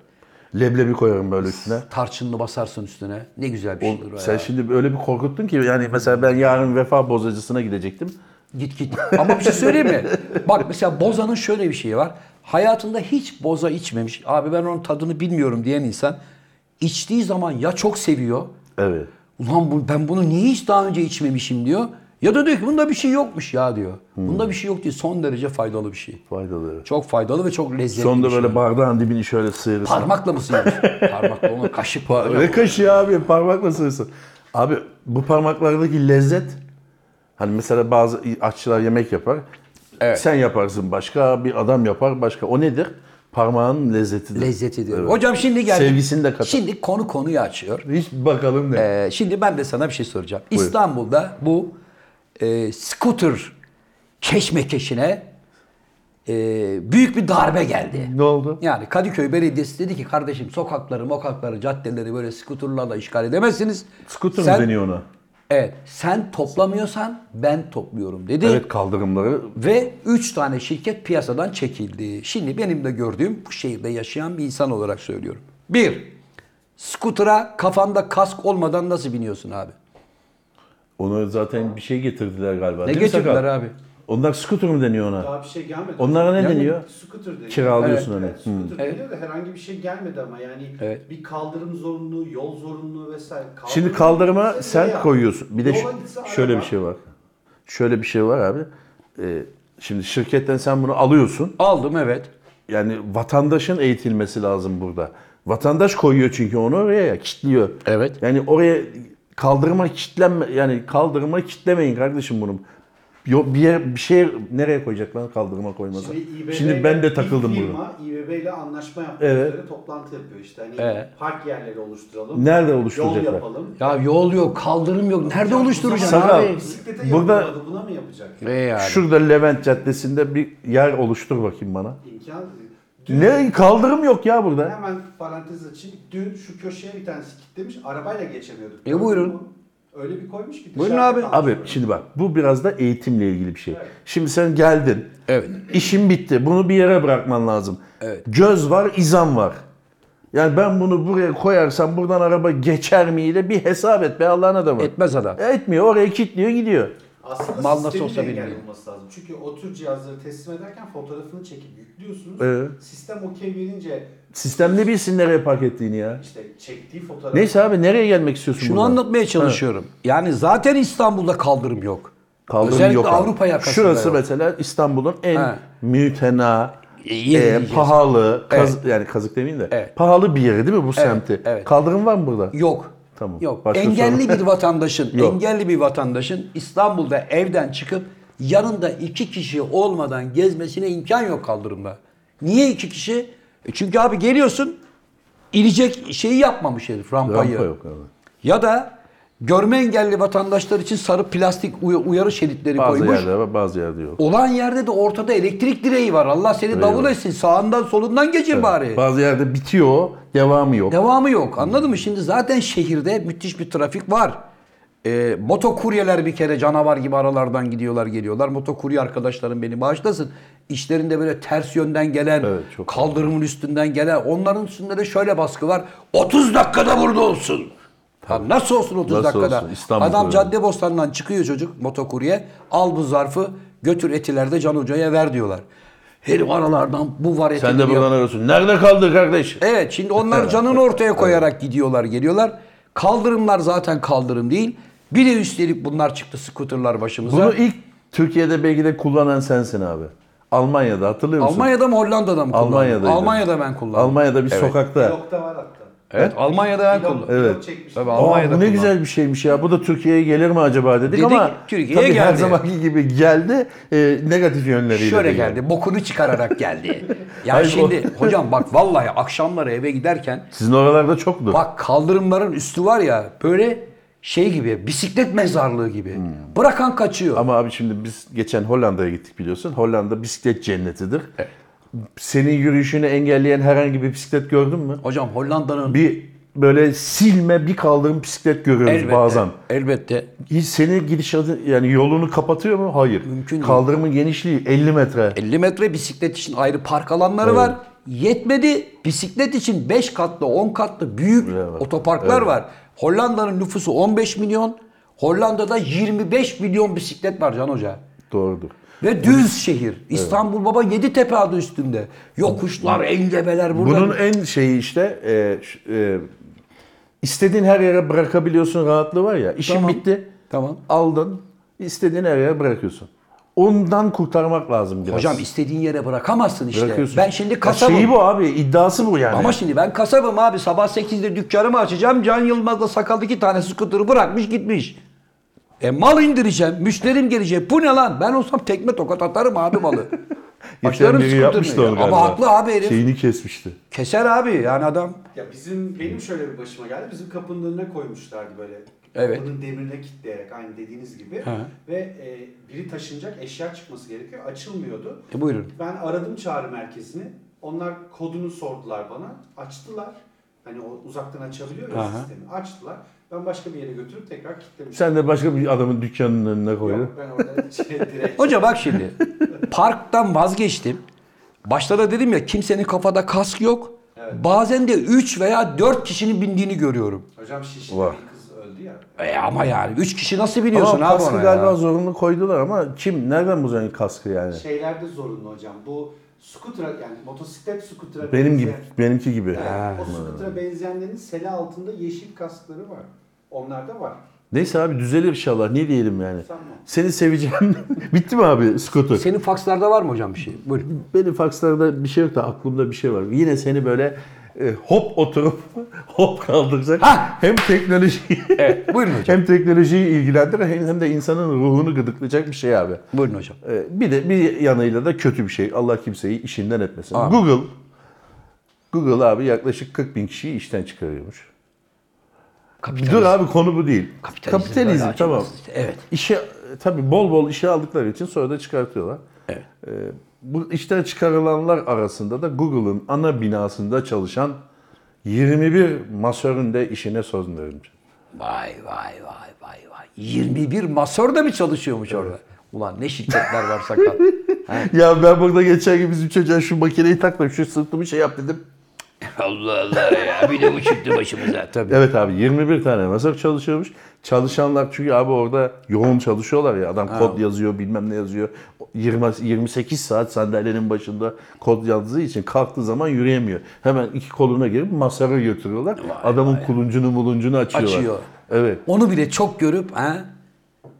B: Leblebi koyarım böyle üstüne.
A: Tarçınlı basarsın üstüne. Ne güzel bir şeydir o
B: Sen
A: ya.
B: şimdi öyle bir korkuttun ki yani mesela ben yarın vefa bozacısına gidecektim.
A: Git git. Ama bir şey söyleyeyim mi? Bak mesela bozanın şöyle bir şeyi var. Hayatında hiç boza içmemiş. Abi ben onun tadını bilmiyorum diyen insan içtiği zaman ya çok seviyor.
B: Evet.
A: Ulan bu, ben bunu niye hiç daha önce içmemişim diyor. Ya da diyor ki bunda bir şey yokmuş ya diyor. Bunda bir şey yok diyor. Son derece faydalı bir şey.
B: Hmm. Faydalı. evet.
A: Çok faydalı ve çok lezzetli bir
B: Sonunda
A: şey.
B: böyle bardağın dibini şöyle sıyırırsın.
A: Parmakla mı sıyırıyorsun? Parmakla onu kaşık
B: (laughs) Ne kaşığı abi parmakla sıyırsın. Abi bu parmaklardaki lezzet hani mesela bazı aşçılar yemek yapar.
A: Evet.
B: Sen yaparsın başka, bir adam yapar başka. O nedir? Parmağın lezzetidir.
A: Lezzetidir.
B: Evet.
A: Hocam şimdi geldik.
B: Sevgisini de katar.
A: Şimdi konu konuyu açıyor.
B: Hiç bakalım ne.
A: Ee, şimdi ben de sana bir şey soracağım. İstanbul'da bu e, scooter keşmekeşine e, büyük bir darbe geldi.
B: Ne oldu?
A: Yani Kadıköy Belediyesi dedi ki kardeşim sokakları, mokakları, caddeleri böyle skuterlarla işgal edemezsiniz.
B: Scooter
A: Sen-
B: mı deniyor ona?
A: Evet. Sen toplamıyorsan ben topluyorum dedi.
B: Evet kaldırımları
A: Ve 3 tane şirket piyasadan çekildi. Şimdi benim de gördüğüm bu şehirde yaşayan bir insan olarak söylüyorum. 1. Skuter'a kafanda kask olmadan nasıl biniyorsun abi?
B: Onu zaten bir şey getirdiler galiba.
A: Ne
B: değil mi
A: getirdiler
B: Sakal?
A: abi?
B: Onlar scooter mu deniyor ona?
C: Daha bir şey gelmedi.
B: Onlara ne
A: Yani
B: deniyor?
C: Scooter deniyor.
B: Kiralıyorsun
C: Evet,
B: onu.
C: scooter deniyor da herhangi bir şey gelmedi ama yani
A: Evet.
C: bir kaldırım zorunlu, yol zorunlu vesaire. Kaldırım
B: Şimdi kaldırıma
C: gitse
B: sen
C: ya,
B: koyuyorsun. Bir de
C: yola
B: şu-
C: gitse
B: şöyle bir
C: araba,
B: şey var. Şöyle bir şey var abi. Ee, şimdi şirketten sen bunu alıyorsun.
A: Aldım evet.
B: Yani vatandaşın eğitilmesi lazım burada. Vatandaş koyuyor çünkü onu oraya ya, kitliyor.
A: Evet.
B: Yani oraya kaldırıma kitlenme yani kaldırıma kitlemeyin kardeşim bunu. Yo- Bir yer, bir şey nereye koyacaklar kaldırıma koyması.
C: Şimdi,
B: Şimdi,
C: İBB
B: ben de
C: bir
B: takıldım bunu.
C: firma, İBB ile anlaşma yapmak
B: Evet.
C: üzere toplantı yapıyor işte. Hani
A: Evet.
C: park yerleri oluşturalım.
B: Nerede
C: Yol
B: oluşturacaklar?
C: yapalım.
A: Ya yol yok, kaldırım yok. Nerede oluşturacaksın
B: Sakal.
A: abi?
C: Bisiklete
B: Burada-
C: Burada... Buna mı yapacak?
A: E yani.
B: Şurada Levent Caddesi'nde bir yer oluştur bakayım bana.
C: İmkan dün-
B: Ne kaldırım yok ya burada.
C: Hemen parantez açayım. Dün şu köşeye bir tanesi kilitlemiş. Arabayla geçemiyorduk.
A: E, buyurun.
C: Öyle bir koymuş ki.
A: Buyurun
C: dışarıda
A: abi.
C: kalmış
B: Abi
C: böyle.
B: şimdi bak bu biraz da eğitimle ilgili bir şey.
C: Evet.
B: Şimdi sen geldin.
A: Evet.
B: İşin bitti. Bunu bir yere bırakman lazım.
A: Evet.
B: Göz var, izan var. Yani ben bunu buraya koyarsam buradan araba geçer miyle bir hesap et be Allah'ın adamı.
A: Etmez adam.
B: E, Etmiyor. Oraya kilitliyor gidiyor.
A: Mal
C: Aslında Mal
A: nasıl
C: nasıl
A: olsa bilmiyor.
C: olması lazım. Çünkü o tür cihazları teslim ederken fotoğrafını çekip yüklüyorsunuz.
B: Evet.
C: Sistem okey verince
B: Sistem ne bilsin nereye park ettiğini ya.
C: işte çektiği fotoğraf
B: Neyse abi nereye gelmek istiyorsun
A: Şunu
B: buradan?
A: anlatmaya çalışıyorum. Yani zaten İstanbul'da kaldırım yok.
B: Kaldırım
A: Özellikle
B: yok abi.
A: Avrupa yakasında
B: Şurası
A: yok.
B: mesela İstanbul'un en
A: He.
B: mütena,
A: E, yeri
B: e,
A: diyeceğiz.
B: pahalı, kaz- yani kazık demeyeyim de
A: Evet.
B: pahalı bir yeri değil mi bu semti?
A: evet.
B: Kaldırım var mı burada?
A: Yok.
B: Tamam.
A: Yok.
B: Başka
A: engelli
B: (laughs) sorun.
A: bir vatandaşın,
B: Yok.
A: engelli bir vatandaşın İstanbul'da evden çıkıp yanında iki kişi olmadan gezmesine imkan yok kaldırımda. Niye iki kişi? E çünkü abi geliyorsun inecek şeyi yapmamış herif rampayı.
B: Rampa yok abi.
A: Ya da görme engelli vatandaşlar için sarı plastik uy- uyarı şeritleri
B: Bazı
A: koymuş.
B: yerde var, bazı yerde yok.
A: Olan yerde de ortada elektrik direği var. Allah seni davul
B: var.
A: etsin. Sağından solundan geçir bari.
B: Bazı yerde bitiyor, o, devamı yok.
A: Devamı yok. Anladın mı? Şimdi zaten şehirde müthiş bir trafik var. E, motokuryeler bir kere canavar gibi aralardan gidiyorlar geliyorlar. Motokurye arkadaşlarım beni bağışlasın. İşlerinde böyle ters yönden gelen,
B: Evet, çok
A: kaldırımın üstünden gelen. Onların üstünde de şöyle baskı var. 30 dakikada burada olsun. Tamam. Nasıl olsun 30
B: Nasıl
A: dakikada?
B: olsun? İstanbul'da
A: Adam
B: öyle.
A: Caddebostan'dan çıkıyor çocuk motokurye. Al bu zarfı götür etilerde Can Hoca'ya ver diyorlar. Herif aralardan bu var
B: Sen
A: etini
B: de buradan arıyorsun. Nerede kaldı kardeş?
A: Evet şimdi onlar canını ortaya koyarak gidiyorlar geliyorlar. Kaldırımlar zaten kaldırım değil. Bir de üstelik bunlar çıktı skuterlar başımıza.
B: Bunu ilk Türkiye'de belki de kullanan sensin abi. Almanya'da hatırlıyor musun?
A: Almanya'da mı Hollanda'da mı kullandın?
B: Almanya'daydı.
A: Almanya'da ben kullandım.
B: Almanya'da bir sokakta.
C: blokta var hatta.
A: evet Almanya'da ben
C: Pilot,
A: kullandım.
B: Evet.
C: pilot çekmiş.
A: Tabii,
B: Aa,
A: Almanya'da
B: bu ne
A: kullandım.
B: güzel bir şeymiş ya. Bu da Türkiye'ye gelir mi acaba dedik,
A: Dedik,
B: ama
A: Türkiye'ye
B: tabii her
A: geldi.
B: zamanki gibi geldi. e, negatif yönleriyle.
A: Şöyle
B: de
A: geldi, bokunu çıkararak
B: (laughs)
A: geldi. Ya
B: Hayır,
A: şimdi hocam bak vallahi akşamları eve giderken
B: Sizin oralarda çoktu.
A: Bak kaldırımların üstü var ya böyle şey gibi bisiklet mezarlığı gibi.
B: Hmm.
A: Bırakan kaçıyor.
B: Ama abi şimdi biz geçen Hollanda'ya gittik biliyorsun. Hollanda bisiklet cennetidir. Senin yürüyüşünü engelleyen herhangi bir bisiklet gördün mü?
A: Hocam Hollanda'nın
B: Bir böyle silme bir kaldığım bisiklet görüyoruz
A: elbette,
B: bazen.
A: elbette
B: Hiç seni gidişatı yani yolunu kapatıyor mu? Hayır.
A: Mümkün değil.
B: Kaldırımın genişliği 50 metre.
A: 50 metre bisiklet için ayrı park alanları var. Yetmedi bisiklet için 5 katlı 10 katlı büyük
B: Evet.
A: otoparklar var. Hollanda'nın nüfusu 15 milyon. Hollanda'da 25 milyon bisiklet var Can Hoca.
B: Doğrudur.
A: Ve düz şehir. İstanbul Baba Yeditepe adı üstünde. Yokuşlar, engebeler burada.
B: Bunun en şeyi işte e, ş- e, istediğin her yere bırakabiliyorsun rahatlığı var ya. İşin
A: Tamam.
B: bitti.
A: Tamam.
B: Aldın. istediğin her yere bırakıyorsun. Ondan kurtarmak lazım biraz.
A: Hocam istediğin yere bırakamazsın işte.
B: Bırakıyorsun.
A: Ben şimdi
B: Ya
A: kasabım.
B: Şeyi bu abi iddiası bu yani.
A: Ama şimdi ben kasabım abi. Sabah 8'de dükkanımı açacağım. Can Yılmaz'la sakallı iki tane skuturu bırakmış gitmiş. E mal indireceğim. Müşterim gelecek. Bu ne lan? Ben olsam tekme tokat atarım abi
B: (laughs)
A: malı.
B: Geçen
A: Başlarım
B: biri yapmıştı
A: skuturunu.
B: onu
A: ya.
B: galiba. Şey-
A: Ama haklı abi herif.
B: Şeyini kesmişti.
A: Keser abi yani adam.
C: Ya bizim benim şöyle bir başıma geldi. Bizim kapının önüne koymuşlardı böyle.
A: Evet.
C: Kapının demirine kilitleyerek aynı dediğiniz gibi.
A: Ha.
C: Ve e, biri taşınacak eşya çıkması gerekiyor. Açılmıyordu.
A: E buyurun.
C: Ben aradım çağrı merkezini. Onlar kodunu sordular bana. Açtılar. Hani o uzaktan açabiliyor ya
A: Aha.
C: sistemi. Açtılar. Ben başka bir yere götürüp tekrar kilitlemiştim.
B: Sen de başka bir adamın dükkanının önüne koydun.
C: Yok ben orada şey
B: (laughs)
C: direkt.
A: Hoca bak şimdi. parktan vazgeçtim. Başta da dedim ya kimsenin kafada kask yok. Bazen de 3 veya 4 kişinin bindiğini görüyorum.
C: Hocam şişli
B: Vah.
C: bir kız öldü ya.
A: E ama yani 3 kişi nasıl biniyorsun
B: ama
A: abi
B: kaskı
A: ona
B: galiba
A: ya? Şey,
B: zorunlu koydular ama kim? Nereden bulacaksın kaskı yani?
C: Şeylerde zorunlu hocam. Bu scooter'a yani motosiklet scooter'a
A: şey.
B: Benim gibi,
C: benzeyen-
B: benimki gibi.
C: Evet, o scooter'a benzeyenlerin sele altında yeşil kaskları var. Onlarda var.
B: Neyse abi düzelir inşallah. Ne diyelim yani?
C: Tamam.
B: Seni seveceğim. (laughs) Bitti mi abi skuter?
A: Senin fakslarda var mı hocam bir şey? Buyurun.
B: Benim fakslarda bir şey yok da aklımda bir şey var. Yine seni böyle e, hop oturup (laughs) hop kaldıracak.
A: Ha!
B: Hem teknolojiyi
A: Evet, buyurun hocam.
B: hem teknolojiyi ilgilendiren hem hem de insanın ruhunu gıdıklayacak bir şey abi.
A: Buyurun hocam.
B: E, Bir de bir yanıyla da kötü bir şey. Allah kimseyi işinden etmesin.
A: Amin.
B: Google Google abi yaklaşık 40 bin kişiyi işten çıkarıyormuş. Dur abi konu bu değil.
A: Kapitalizm
B: Kapitalizm
A: böyle
B: tamam.
A: acımasız. Evet.
B: İşe tabii bol bol işe aldıkları için sonra da çıkartıyorlar.
A: Evet.
B: Ee, bu işten çıkarılanlar arasında da Google'ın ana binasında çalışan 21 masörün de işine söz verilmiş.
A: Vay vay vay vay vay. 21 masör da mı çalışıyormuş orada? Ulan ne şirketler var (laughs) sakat.
B: Ya ben burada geçen gün bizim çocuğa şu makineyi takma, şu sırtımı şey yap dedim.
A: Allah Allah ya. Bir de bu çıktı başımıza. Tabii.
B: Evet abi 21 tane masör çalışıyormuş. Çalışanlar çünkü abi orada yoğun çalışıyorlar ya. Adam kod yazıyor bilmem ne yazıyor. 20, 28 saat sandalyenin başında kod yazdığı için kalktığı zaman yürüyemiyor. Hemen iki koluna girip masöre götürüyorlar. Adamın kuluncunu muluncunu açıyorlar.
A: Açıyor.
B: Evet.
A: Onu bile çok görüp ha.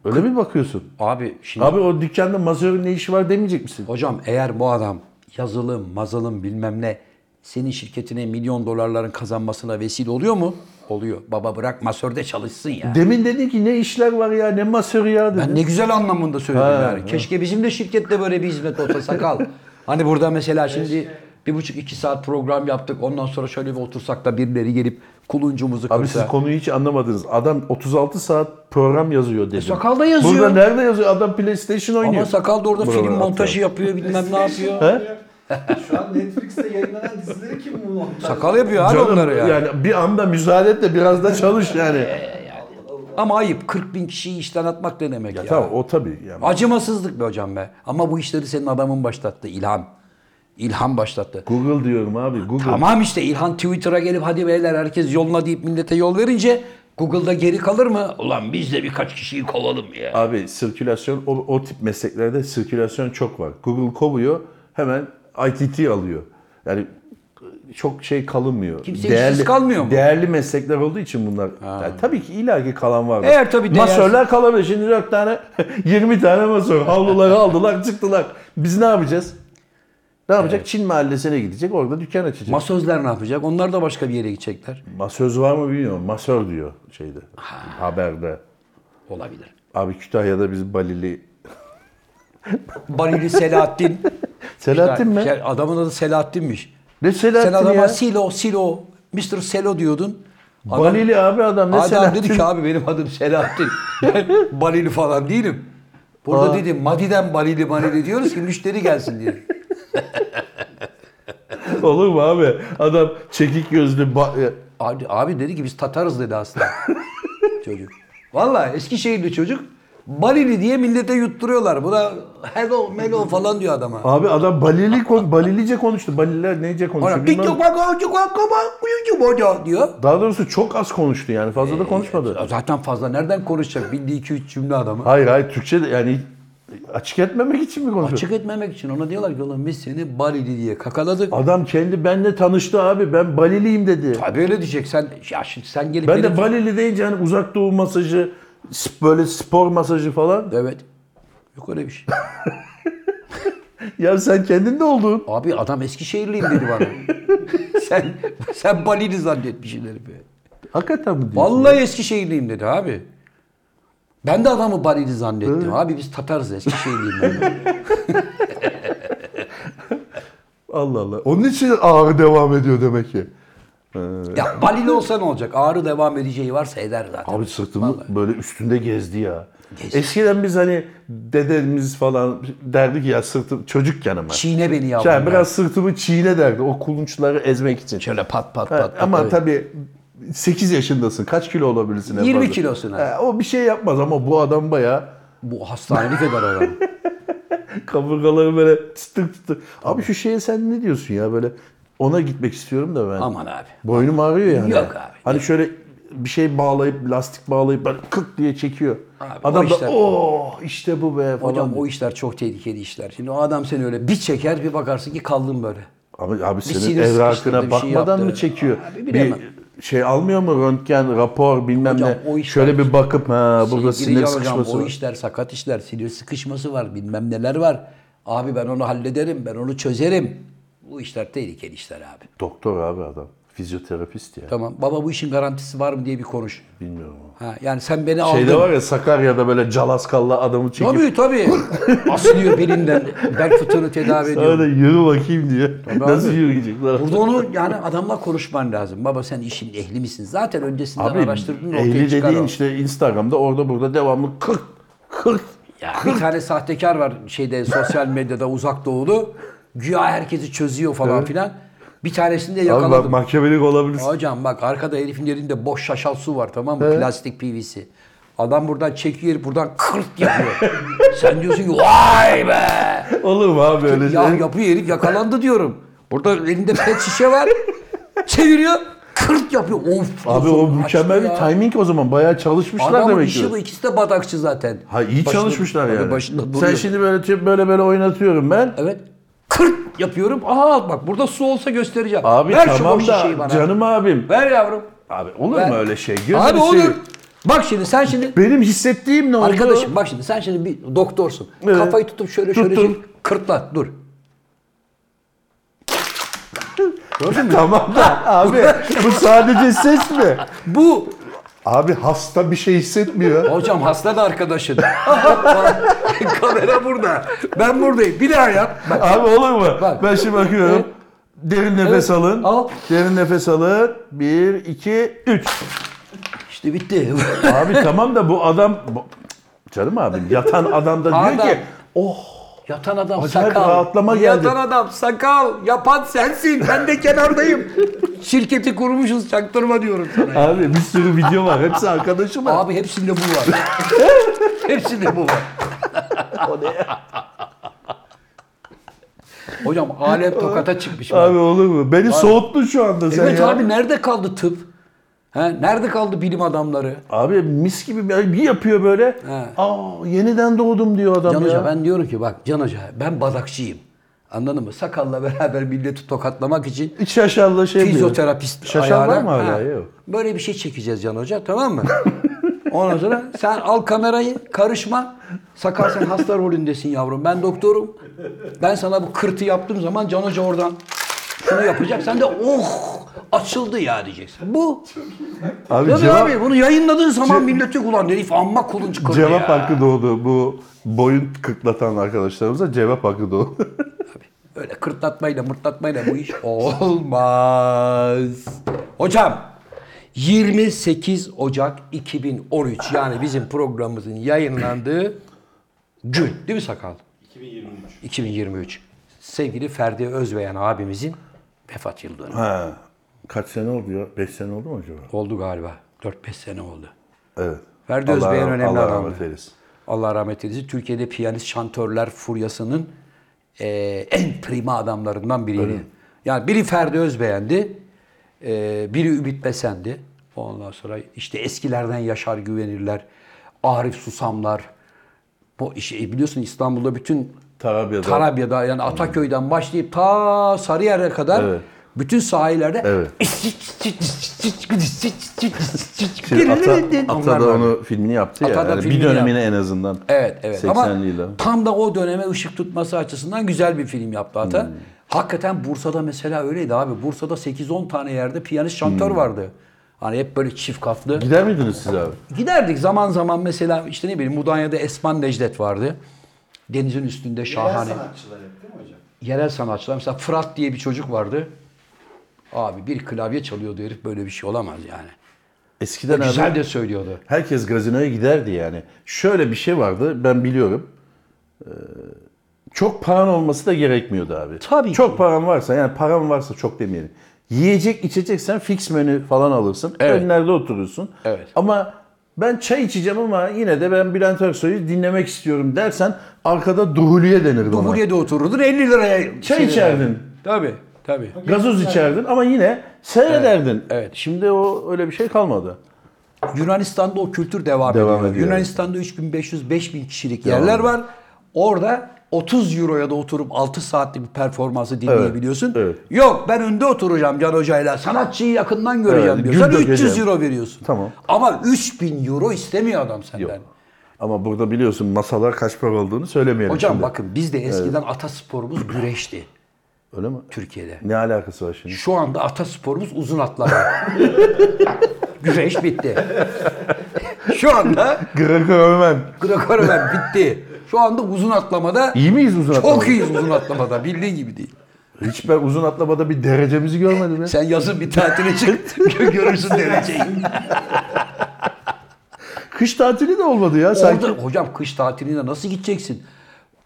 B: Öyle mi bakıyorsun?
A: Abi şimdi
B: Abi o dükkanda masörün ne işi var demeyecek misin?
A: hocam eğer bu adam yazılım, mazalım bilmem ne senin şirketine milyon dolarların kazanmasına vesile oluyor mu? Oluyor. Baba bırak masörde çalışsın ya.
B: Demin dedin ki ne işler var ya ne masörü ya dedin.
A: Ben ne güzel anlamında söyledim
B: Ha,
A: yani. Keşke bizim de şirkette böyle bir hizmet olsa sakal. hani burada mesela şimdi bir buçuk iki saat program yaptık. Ondan sonra şöyle bir otursak da birileri gelip kuluncumuzu
B: Abi siz
A: kırsa.
B: konuyu hiç anlamadınız. Adam 36 saat program yazıyor dedi.
A: sakal da yazıyor.
B: Burada nerede yazıyor? Adam PlayStation oynuyor.
A: Ama sakal da orada
B: Buralar
A: film
B: atlar.
A: montajı yapıyor bilmem ne yapıyor.
C: Şu an Netflix'te yayınlanan dizileri kim bu montaj?
A: Sakal yapıyor abi
B: Canım,
A: onları yani.
B: yani. bir anda müsaade et de biraz da
A: (laughs)
B: çalış yani.
A: Ama ayıp 40 bin kişiyi işten atmak ne demek ya?
B: Tamam o tabii. Yani.
A: Acımasızlık be hocam be. Ama bu işleri senin adamın başlattı İlhan. İlhan başlattı.
B: Google diyorum abi Google.
A: Tamam işte İlhan Twitter'a gelip hadi beyler herkes yoluna deyip millete yol verince Google'da geri kalır mı? Ulan biz de birkaç kişiyi kovalım ya.
B: Abi sirkülasyon o, o tip mesleklerde sirkülasyon çok var. Google kovuyor hemen ITT alıyor. Yani çok şey kalınmıyor.
A: Kimse işsiz kalmıyor mu?
B: Değerli meslekler olduğu için bunlar. Yani tabii ki ilaki kalan var.
A: Eğer tabii değer-
B: Masörler kalabilir. Şimdi 4 tane (laughs) 20 tane masör havluları aldılar çıktılar. Biz ne yapacağız? Ne yapacak? Çin mahallesine gidecek. Orada dükkan açacak.
A: Masözler ne yapacak? Onlar da başka bir yere gidecekler.
B: Masöz var mı bilmiyorum. Masör diyor şeyde. Haberde.
A: Olabilir.
B: Abi Kütahya'da biz Balili.
A: Barili Selahattin.
B: (laughs) Selahattin mi?
A: Şey, Adamın adı Selahattin'miş.
B: Ne
A: Sen
B: Selahattin
A: adama
B: ya?
A: Silo, Silo, Mr. Selo diyordun. Adam-
B: Balili abi adam ne
A: Adam
B: Selahattin?
A: dedi ki abi benim adım Selahattin. Ben Balili falan değilim. Burada
B: Aa.
A: dedi Madi'den Balili Balili diyoruz ki müşteri gelsin diye.
B: (laughs) Olur mu abi? Adam çekik gözlü. ba- e,
A: Abi, abi dedi ki biz Tatarız dedi
B: (laughs)
A: aslında. çocuk. Vallahi Eskişehirli çocuk Balili diye millete yutturuyorlar. Bu da hello melo falan diyor adama.
B: Abi adam Balili kon Balilice konuştu. Baliler neyce konuştu
A: Ona pik
B: bilmem.
A: yok bak yok bak bak uyucu boca diyor.
B: Daha doğrusu çok az konuştu yani. Fazla da konuşmadı.
A: Zaten fazla nereden konuşacak? Bildiği iki üç cümle adamı.
B: Hayır hayır Türkçe de yani açık etmemek için mi konuşuyor?
A: Açık etmemek için ona diyorlar ki oğlum biz seni Balili diye kakaladık.
B: Adam kendi benle tanıştı abi. Ben Baliliyim dedi.
A: Abi öyle diyecek sen ya şimdi sen gelip
B: Ben de
A: benim-
B: Balili deyince hani uzak doğu masajı, sp- böyle spor masajı falan.
A: Evet. Yok öyle bir şey.
B: Ya sen kendin de oldun.
A: Abi adam Eskişehirliyim dedi
B: (laughs)
A: bana. sen sen Balili zannetmişsin herifi.
B: Hakikaten mi diyorsun?
A: Vallahi Eskişehirliyim dedi abi. Ben de adamı Balili zannettim. Abi biz Tatarız Eskişehirliyim
B: (laughs)
A: dedi.
B: Allah Allah. Onun için ağrı devam ediyor demek ki.
A: ya Balili olsa ne olacak? Ağrı devam edeceği varsa eder zaten.
B: Abi sırtımı böyle üstünde gezdi ya.
A: Gezdi.
B: Eskiden biz hani dedemiz falan derdik ya sırtım çocukken ama.
A: Çiğne beni yavrum.
B: Yani
A: ya.
B: biraz sırtımı çiğne derdi o kulunçları ezmek için.
A: Şöyle pat pat
B: Ha,
A: pat. pat,
B: ama
A: evet.
B: tabii 8 yaşındasın. Kaç kilo olabilirsin? en
A: 20
B: fazla?
A: kilosun ha.
B: Ha, O bir şey yapmaz ama bu adam bayağı
A: Bu hastanelik eder (laughs) adam.
B: kaburgaları böyle tıtır tıtır. Abi şu şeye sen ne diyorsun ya böyle ona gitmek istiyorum da ben.
A: Aman abi.
B: Boynum ağrıyor yani.
A: Yok abi.
B: Hani şöyle bir şey bağlayıp lastik bağlayıp böyle kık diye çekiyor.
A: Abi o
B: Adam da
A: işler-
B: oh işte bu be falan.
A: Hocam
B: diyor.
A: o işler çok tehlikeli işler. Şimdi o adam seni öyle bir çeker bir bakarsın ki kaldın böyle.
B: Abi, abi senin
A: sinir sıkıştırdı, bir şey
B: evrakına bakmadan
A: yaptı.
B: mı çekiyor?
A: Abi
B: bir
A: bilemem.
B: şey almıyor mu röntgen, rapor bilmem
A: Hocam
B: ne.
A: o işler-
B: şöyle bir bakıp ha burada
A: Sevgili
B: sinir
A: Can hocam,
B: sıkışması
A: o
B: var.
A: işler sakat işler, sinir sıkışması var, bilmem neler var. Abi ben onu hallederim, ben onu çözerim. Bu işler tehlikeli işler abi.
B: Doktor abi adam. Fizyoterapist ya.
A: Tamam baba bu işin garantisi var mı diye bir konuş.
B: Bilmiyorum ama.
A: Ha, yani sen beni
B: Şeyde
A: aldın.
B: var ya Sakarya'da böyle calaskallı adamı çekip
A: Tabii
B: (laughs)
A: tabii. Asılıyor belinden. Bel fıtığını tedavi ediyor.
B: Öyle yürü bakayım diyor. (laughs) Nasıl
A: abi.
B: yürüyecekler?
A: Burada onu yani adamla konuşman lazım. Baba sen işin ehli misin? Zaten öncesinden
B: Abi
A: araştırdın ortaya
B: ehli şey-
A: çıkar
B: dediğin
A: o.
B: işte Instagram'da orada burada devamlı 40 40
A: Ya bir tane sahtekar var şeyde sosyal medyada uzak doğulu. Güya herkesi çözüyor falan filan. Bir tanesini de
B: Abi bak
A: yakaladım.
B: mahkemelik olabilirsin.
A: Hocam bak arkada herifin elinde boş şaşal su var tamam mı? Plastik PVC. Adam buradan çekiyor herif buradan kırt yapıyor. (laughs) Sen diyorsun ki vay be.
B: Olur mu abi öyle şey?
A: Ya yapıyor herif yakalandı diyorum. Burada elinde pet şişe var. Çeviriyor. Kırt yapıyor. Of.
B: Abi o
A: gözüm
B: mükemmel
A: açtı
B: bir
A: ya.
B: timing o zaman. Bayağı çalışmışlar
A: Adamın
B: demek
A: işi
B: ki.
A: bu. ikisi de badakçı zaten.
B: Ha iyi
A: Başında-
B: çalışmışlar
A: tabii
B: yani.
A: başında
B: Sen
A: duruyor.
B: şimdi böyle tüp böyle böyle oynatıyorum ben.
A: Evet. Kırt yapıyorum. Aha bak burada su olsa göstereceğim.
B: Abi
A: Ver şu
B: tamam
A: boş şişeyi
B: da
A: bana.
B: canım abim.
A: Ver yavrum.
B: Abi olur
A: Ver.
B: mu öyle şey? Gözünü
A: Abi
B: seveyim.
A: olur. Bak şimdi sen
B: (laughs)
A: şimdi
B: Benim hissettiğim ne oldu?
A: arkadaşım bak şimdi sen şimdi bir doktorsun.
B: Evet.
A: Kafayı tutup şöyle şöyle
B: Tuttum.
A: şöyle kırtlat dur.
B: (laughs) tamam
A: (laughs)
B: da abi bu sadece ses mi?
A: Bu
B: Abi hasta bir şey hissetmiyor.
A: hocam hasta da arkadaşın. (laughs) Kamera burada. Ben buradayım. Bir daha yap. (laughs) Bak,
B: abi olur mu?
A: Bak.
B: Ben şimdi bakıyorum.
A: Evet.
B: Derin
A: Evet.
B: nefes alın.
A: Al.
B: Derin nefes alın. Bir, iki, üç.
A: İşte bitti. (laughs)
B: Abi tamam da bu adam... bu- Canım abim yatan adam da diyor
A: Adam.
B: ki "Oh."
A: Yatan adam
B: Acayip
A: sakal.
B: rahatlama geldi.
A: Yatan adam sakal. Yapan sensin. Ben de
B: (laughs)
A: kenardayım. Şirketi kurmuşuz çaktırma diyorum sana.
B: Abi bir sürü video var. Hepsi arkadaşım var.
A: Abi hepsinde bu (laughs) var. hepsinde bu var. Hocam alem tokata çıkmış.
B: Abi olur mu? Beni soğuttun şu anda sen
A: evet
B: ya.
A: abi nerede kaldı tıp? He, nerede kaldı bilim adamları?
B: Abi mis gibi bir bir yapıyor böyle.
A: He.
B: Aa yeniden doğdum diyor adam
A: Can
B: ya.
A: Hoca ben diyorum ki bak Can Hoca ben badakçıyım. Anladın mı? Sakalla beraber milleti tokatlamak için
B: İç şaşalla şey diyor.
A: fizyoterapist
B: Şaşal var
A: ayağına-
B: mı hala?
A: Ha.
B: Yok.
A: Böyle bir şey çekeceğiz Can Hoca tamam mı? (laughs) Ondan sonra sen al kamerayı karışma. Sakal sen hasta rolündesin yavrum. Ben doktorum. Ben sana bu kırtı yaptığım zaman Can Hoca oradan şunu yapacak. Sen de oh açıldı ya diyeceksin. Bu.
B: Abi
A: Tabii
B: cevap,
A: abi bunu yayınladığın zaman millete ulan herif amma kulunç kırdı ya.
B: cevap hakkı doğdu. Bu boyun kıklatan arkadaşlarımıza cevap hakkı doğdu.
A: Öyle kırtlatmayla mırtlatmayla bu iş olmaz. Hocam 28 Ocak 2013 yani bizim programımızın yayınlandığı gün değil mi sakal?
C: 2023.
A: 2023. Sevgili Ferdi Özbeyen abimizin vefat yıl dönümü.
B: (laughs) ha. Kaç sene oldu ya? 5 sene oldu mu acaba?
A: Oldu galiba. 4-5 sene oldu.
B: Evet.
A: Ferdi
B: Allah
A: Özbeyen
B: rah-
A: önemli
B: Allah
A: adamdı.
B: rahmet eylesin.
A: Allah rahmet eylesin. Türkiye'de piyanist şantörler furyasının e, en prima adamlarından biriydi. Yani biri Ferdi Özbeğendi, e, biri Ümit Besendi. Ondan sonra işte eskilerden Yaşar Güvenirler, Arif Susamlar. Bu işi biliyorsun İstanbul'da bütün
B: Tarabya'da.
A: Tarabya'da yani Ataköy'den başlayıp ta Sarıyer'e kadar
B: Evet.
A: bütün sahillerde
B: Evet. Şimdi Şey, Ata, Ata
A: Onlar
B: da
A: var.
B: onu filmini yaptı ya.
A: Ata da
B: Yani bir
A: filmini
B: dönemine en azından.
A: Evet evet
B: 80'li
A: ama
B: yıllar.
A: tam da o döneme ışık tutması açısından güzel bir film yaptı hatta. Hakikaten Bursa'da mesela öyleydi abi. Bursa'da 8-10 tane yerde piyanist şantör vardı. Hani hep böyle çift katlı.
B: Gider miydiniz siz abi?
A: Giderdik zaman zaman mesela işte ne bileyim Mudanya'da Esman Necdet vardı. Denizin üstünde
C: Şahane.
A: şahane.
C: sanatçılar hep değil mi hocam?
A: yerel sanatçılar. Mesela Fırat diye bir çocuk vardı. Abi bir klavye çalıyordu herif böyle bir şey olamaz yani.
B: Eskiden abi-
A: E, Güzel de söylüyordu.
B: Herkes gazinoya giderdi yani. Şöyle bir şey vardı ben biliyorum. Ee, Çok paran olması da gerekmiyordu abi.
A: Tabii ki.
B: Çok paran varsa yani paran varsa çok demeyelim. Yiyecek içeceksen fix menü falan alırsın.
A: Evet.
B: Önlerde oturursun.
A: Evet.
B: Ama ben çay içeceğim ama yine de ben Bülent Ersoy'u dinlemek istiyorum dersen arkada duhulye denirdi ona.
A: Duhuriye'de otururdun 50 liraya.
B: Çay
A: şey-
B: içerdin.
A: Tabii tabii.
B: Gazoz içerdin ama yine seyrederdin.
A: evet.
B: Şimdi o öyle bir şey kalmadı.
A: Yunanistan'da o kültür devam,
B: Devam
A: ediyor.
B: ediyor.
A: Yunanistan'da 3500-5000 kişilik
B: Devam
A: yerler
B: ediyor.
A: var. Orada 30 euroya da oturup 6 saatlik bir performansı dinleyebiliyorsun.
B: evet.
A: Yok ben önde oturacağım Can Hoca'yla. Sanatçıyı yakından göreceğim
B: Evet,
A: diyorsan
B: gül
A: 300
B: dökeceğim.
A: euro veriyorsun.
B: Tamam.
A: Ama 3000 euro istemiyor adam senden.
B: Yok. Ama burada biliyorsun masalar kaç para olduğunu söylemeyelim
A: Hocam
B: şimdi.
A: bakın bizde eskiden atasporumuz güreşti
B: Öyle mi?
A: Türkiye'de.
B: Ne alakası var şimdi?
A: Şu anda atasporumuz uzun
B: (laughs)
A: atlama. Güreş bitti. Şu anda
B: Greco Ömen.
A: Greco-Romen bitti. Şu anda uzun atlamada
B: İyi miyiz uzun atlamada?
A: çok iyiyiz uzun atlamada. Bildiğin gibi değil.
B: Hiç ben uzun atlamada bir derecemizi görmedim
A: (laughs)
B: ya.
A: Sen yazın bir tatile çık görürsün dereceyi.
B: Kış tatili de olmadı ya. (laughs) Sanki
A: Orada hocam kış tatiline nasıl gideceksin?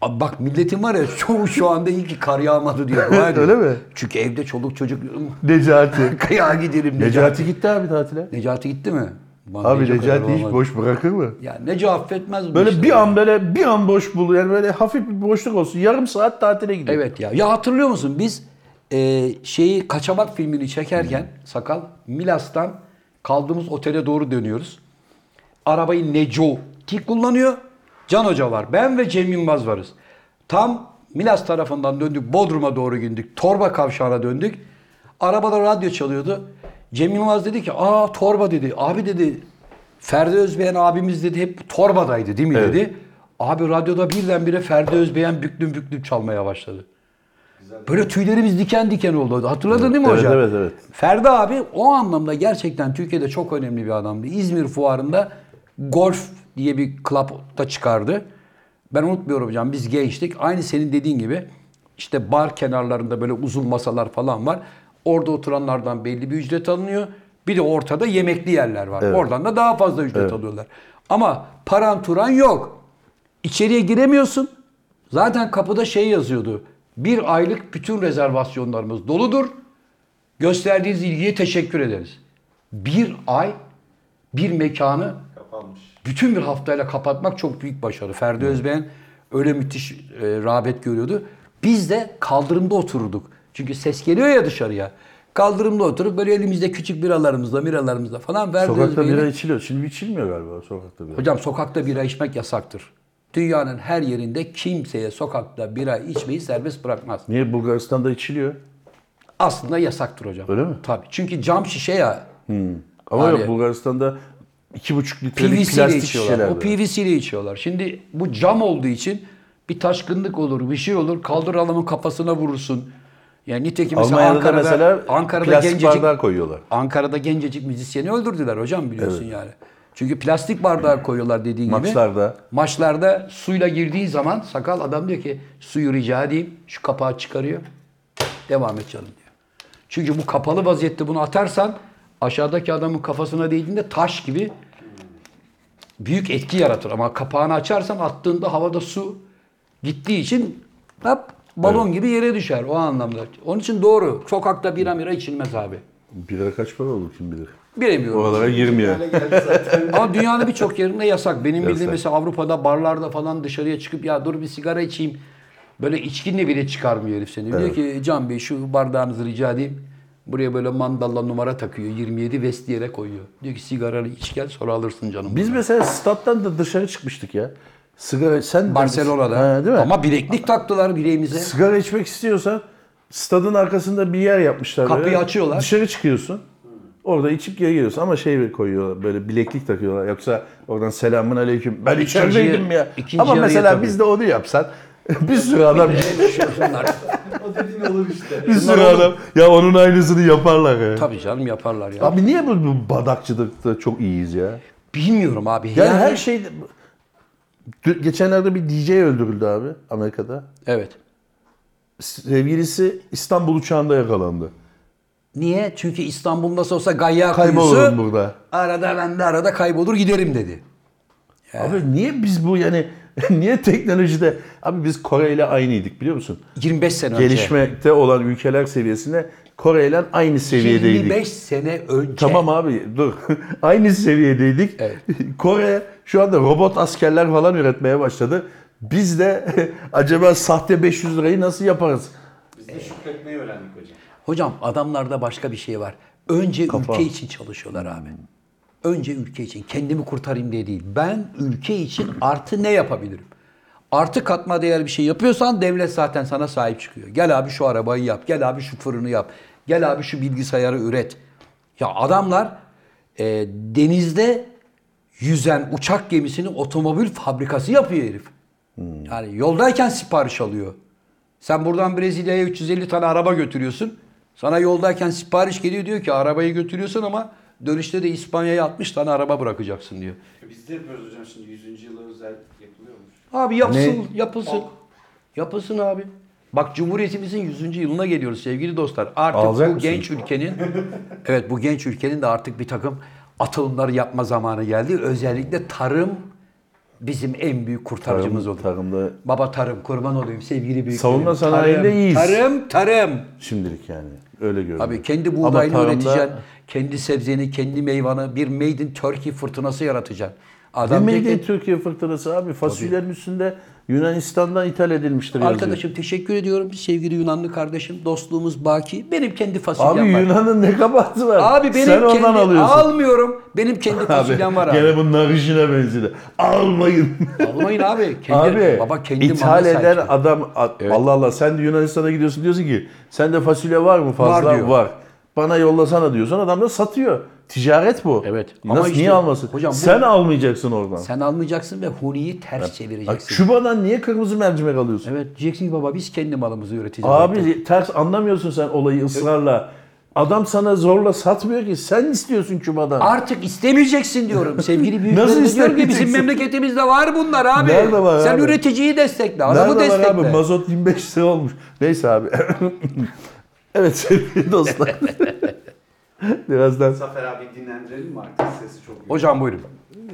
A: Abi bak milletin var ya çoğu şu anda iyi ki kar yağmadı
B: (laughs)
A: diyor. Vay diyor.
B: Öyle mi?
A: Çünkü evde çoluk çocuk
B: Necati.
A: kıyağa giderim Necati.
B: (laughs) Necati gitti abi tatile.
A: Necati gitti mi? Ulan
B: Abi
A: diyecek
B: Necati
A: adam
B: hiç
A: olmadı.
B: boş bırakır mı?
A: Ya Nece affetmez mi
B: Böyle
A: işte?
B: bir an böyle bir an boş bul. Yani böyle hafif bir boşluk olsun. Yarım saat tatile gidiyor.
A: Evet ya. Ya hatırlıyor musun biz e, şeyi kaçamak filmini çekerken sakal Milas'tan kaldığımız otele doğru dönüyoruz. Arabayı Neco ki kullanıyor. Can Hoca var. Ben ve Cem Yılmaz varız. Tam Milas tarafından döndük. Bodrum'a doğru gündük. Torba kavşağına döndük. Arabada radyo çalıyordu. Cem Yılmaz dedi ki aa torba dedi. Abi dedi Ferdi Özbeyen abimiz dedi hep torbadaydı değil mi
B: Evet.
A: dedi. Abi radyoda birdenbire Ferdi Özbeyen büklüm büklüm çalmaya başladı. Böyle tüylerimiz diken diken oldu. Hatırladın değil mi
B: Evet,
A: hocam?
B: evet, evet.
A: Ferdi abi o anlamda gerçekten Türkiye'de çok önemli bir adamdı. İzmir fuarında golf diye bir klapta çıkardı. Ben unutmuyorum hocam biz gençtik. Aynı senin dediğin gibi işte bar kenarlarında böyle uzun masalar falan var. Orada oturanlardan belli bir ücret alınıyor. Bir de ortada yemekli yerler var. Oradan da daha fazla ücret alıyorlar. Ama paran turan yok. İçeriye giremiyorsun. Zaten kapıda şey yazıyordu. Bir aylık bütün rezervasyonlarımız doludur. Gösterdiğiniz ilgiye teşekkür ederiz. Bir ay bir mekanı
C: Kapanmış.
A: bütün bir haftayla kapatmak çok büyük başarı. Ferdi Özbeğen öyle müthiş e, rağbet görüyordu. Biz de kaldırımda otururduk. Çünkü ses geliyor ya dışarıya. Kaldırımda oturup böyle elimizde küçük biralarımızla, miralarımızla falan Ferdi
B: Sokakta
A: Özbeğen'i-
B: bira içiliyor. Şimdi içilmiyor galiba sokakta bira.
A: Hocam sokakta bira içmek yasaktır. Dünyanın her yerinde kimseye sokakta bira içmeyi serbest bırakmaz.
B: Niye Bulgaristan'da içiliyor?
A: Aslında yasaktır hocam.
B: Öyle mi?
A: Tabii. Çünkü cam şişe ya.
B: Ama
A: Abi-
B: yok Bulgaristan'da 2,5 litrelik
A: PVC ile
B: plastik
A: içiyorlar.
B: şişeler
A: O
B: var.
A: PVC ile içiyorlar. Şimdi bu cam olduğu için bir taşkınlık olur, bir şey olur. Kaldır adamın kafasına vurursun. Yani nitekim mesela
B: Almanya'da da
A: Ankara'da
B: mesela
A: Ankara'da
B: plastik
A: gencecik
B: bardağı koyuyorlar.
A: Ankara'da gencecik müzisyeni öldürdüler hocam biliyorsun yani. Çünkü plastik bardağı koyuyorlar dediğin gibi.
B: Maçlarda.
A: Maçlarda suyla girdiği zaman sakal adam diyor ki suyu rica edeyim. Şu kapağı çıkarıyor. Devam et canım diyor. Çünkü bu kapalı vaziyette bunu atarsan aşağıdaki adamın kafasına değdiğinde taş gibi büyük etki yaratır. Ama kapağını açarsan attığında havada su gittiği için hop balon gibi yere düşer o anlamda. Onun için doğru. Sokakta bira mira içilmez abi.
B: Bira kaç para olur kim bilir.
A: Bilemiyorum.
B: Oralara girmiyor.
C: Hale geldi zaten.
A: Ama dünyanın birçok yerinde yasak. Benim bildiğim
B: Yasak.
A: mesela Avrupa'da barlarda falan dışarıya çıkıp ya dur bir sigara içeyim. Böyle içkinle bile çıkarmıyor herif seni. Diyor ki Can Bey şu bardağınızı rica edeyim. Buraya böyle mandalla numara takıyor. 27 vest yere koyuyor. Diyor ki sigaranı iç gel sonra alırsın canım.
B: Biz mesela stat'tan da dışarı çıkmıştık ya. Sigara sen de-
A: Barcelona'da.
B: Ha, değil mi?
A: Ama bileklik taktılar bileğimize.
B: sigara içmek istiyorsan stadın arkasında bir yer yapmışlar.
A: Kapıyı açıyorlar.
B: Dışarı çıkıyorsun. Orada içip geri geliyorsun ama şey koyuyorlar böyle bileklik takıyorlar. Yoksa oradan selamun aleyküm. Ben
A: İkinci-
B: içerideydim ya.
A: ikinci
B: Ama
A: yarıya
B: mesela
A: tabii.
B: biz de onu yapsan (laughs) bir sürü
A: (laughs)
B: adam
A: Bunlar-
C: o dediğin olur işte.
B: bir sürü adam ya onun aynısını yaparlar ya.
A: Tabii canım yaparlar ya.
B: Abi niye bu, bu badakçılıkta çok iyiyiz ya?
A: Bilmiyorum abi.
B: Yani
A: Yani-
B: her şey Dü- geçenlerde bir DJ öldürüldü abi Amerika'da.
A: Evet.
B: Sevgilisi İstanbul uçağında yakalandı.
A: Niye? Çünkü İstanbul nasıl olsa gayya
B: Kaybolurum
A: kuyusu.
B: burada.
A: Arada ben de arada kaybolur giderim dedi.
B: Abi niye biz bu yani (laughs) niye teknolojide abi biz Kore ile aynıydık biliyor musun?
A: 25 sene önce.
B: Gelişmekte olan ülkeler seviyesinde Kore ile aynı seviyedeydik.
A: 25 sene önce.
B: (laughs) Tamam abi dur. (laughs) aynı seviyedeydik.
A: Evet.
B: (laughs) Kore şu anda robot askerler falan üretmeye başladı. Biz de (laughs) acaba sahte 500 lirayı nasıl yaparız?
C: Biz de şükretmeyi öğrendik hocam.
A: Hocam adamlarda başka bir şey var. Önce
B: Kafa.
A: ülke için çalışıyorlar abi. Önce ülke için. Kendimi kurtarayım diye değil. Ben ülke için artı ne yapabilirim? Artı katma değer bir şey yapıyorsan devlet zaten sana sahip çıkıyor. Gel abi şu arabayı yap. Gel abi şu fırını yap. Gel abi şu bilgisayarı üret. Ya adamlar e, denizde yüzen uçak gemisini otomobil fabrikası yapıyor herif. Yani yoldayken sipariş alıyor. Sen buradan Brezilya'ya 350 tane araba götürüyorsun. Sana yoldayken sipariş geliyor diyor ki arabayı götürüyorsun ama dönüşte de İspanya'ya 60 tane araba bırakacaksın diyor.
C: Biz de yapıyoruz hocam şimdi 100. yıla özel yapılıyormuş.
A: Abi yapsın,
B: Ne?
A: yapılsın. Yapılsın abi. Bak Cumhuriyetimizin 100. yılına geliyoruz sevgili dostlar. Artık
B: Alacak
A: bu
B: mısın?
A: genç ülkenin evet bu genç ülkenin de artık bir takım atılımları yapma zamanı geldi. Özellikle tarım bizim en büyük kurtarıcımız
B: Tarım-
A: oldu.
B: tarımda-
A: Baba tarım kurban olayım sevgili büyüklerim.
B: Savunma sanayinde
A: Tarım,
B: iyiyiz.
A: Tarım, tarım.
B: Şimdilik yani. Öyle görünüyor.
A: Tabii kendi
B: Ama
A: buğdayını
B: tarımda-
A: üreteceksin. Kendi sebzeni, kendi meyvanı. Bir made in Turkey fırtınası yaratacaksın. Adam
B: Demeyin
A: diyecek
B: de
A: ki,
B: Türkiye fırtınası abi. Fasulyenin üstünde Yunanistan'dan ithal edilmiştir yazıyor.
A: arkadaşım teşekkür ediyorum sevgili Yunanlı kardeşim. Dostluğumuz baki. Benim kendi fasulyem
B: Abi
A: var.
B: Yunan'ın ne kabahati var?
A: şey Abi benim
B: Sen
A: kendi
B: ondan alıyorsun.
A: almıyorum. Benim
B: (laughs)
A: kendi fasulyem var abi.
B: Gene bunun narışına benzedi. Almayın.
A: Almayın abi. Kendi,
B: Abi
A: baba kendi
B: ithal
A: malına
B: eden
A: sahip.
B: adam a- Allah Allah sen de Yunanistan'a gidiyorsun diyorsun ki sende fasulye var mı fazla
A: Var diyor.
B: Bana yollasana diyorsun adam da satıyor. Ticaret bu.
A: Evet.
B: Nasıl
A: Ama işte-
B: niye almasın?
A: Hocam bu-
B: sen almayacaksın oradan.
A: Sen almayacaksın ve huniyi ters
B: Bak,
A: çevireceksin.
B: Küba'dan niye kırmızı mercimek alıyorsun?
A: Evet diyeceksin ki baba biz kendi malımızı üreteceğiz.
B: Abi ters anlamıyorsun sen olayı ısrarla. Adam sana zorla satmıyor ki sen istiyorsun Küba'dan.
A: Artık istemeyeceksin
B: (laughs)
A: diyorum. Sevgili büyüklerim
B: Nasıl
A: de diyorum ki bizim
B: istemeyeceksin?
A: memleketimizde var bunlar abi.
B: Nerede var
A: Sen
B: abi?
A: üreticiyi destekle, adamı
B: Nerede var
A: destekle.
B: abi? Mazot 25 lira olmuş.
A: (laughs)
B: Neyse abi. evet sevgili dostlar. Birazdan
C: Zafer abi dinlendirelim mi artık sesi çok iyi.
A: Hocam buyurun.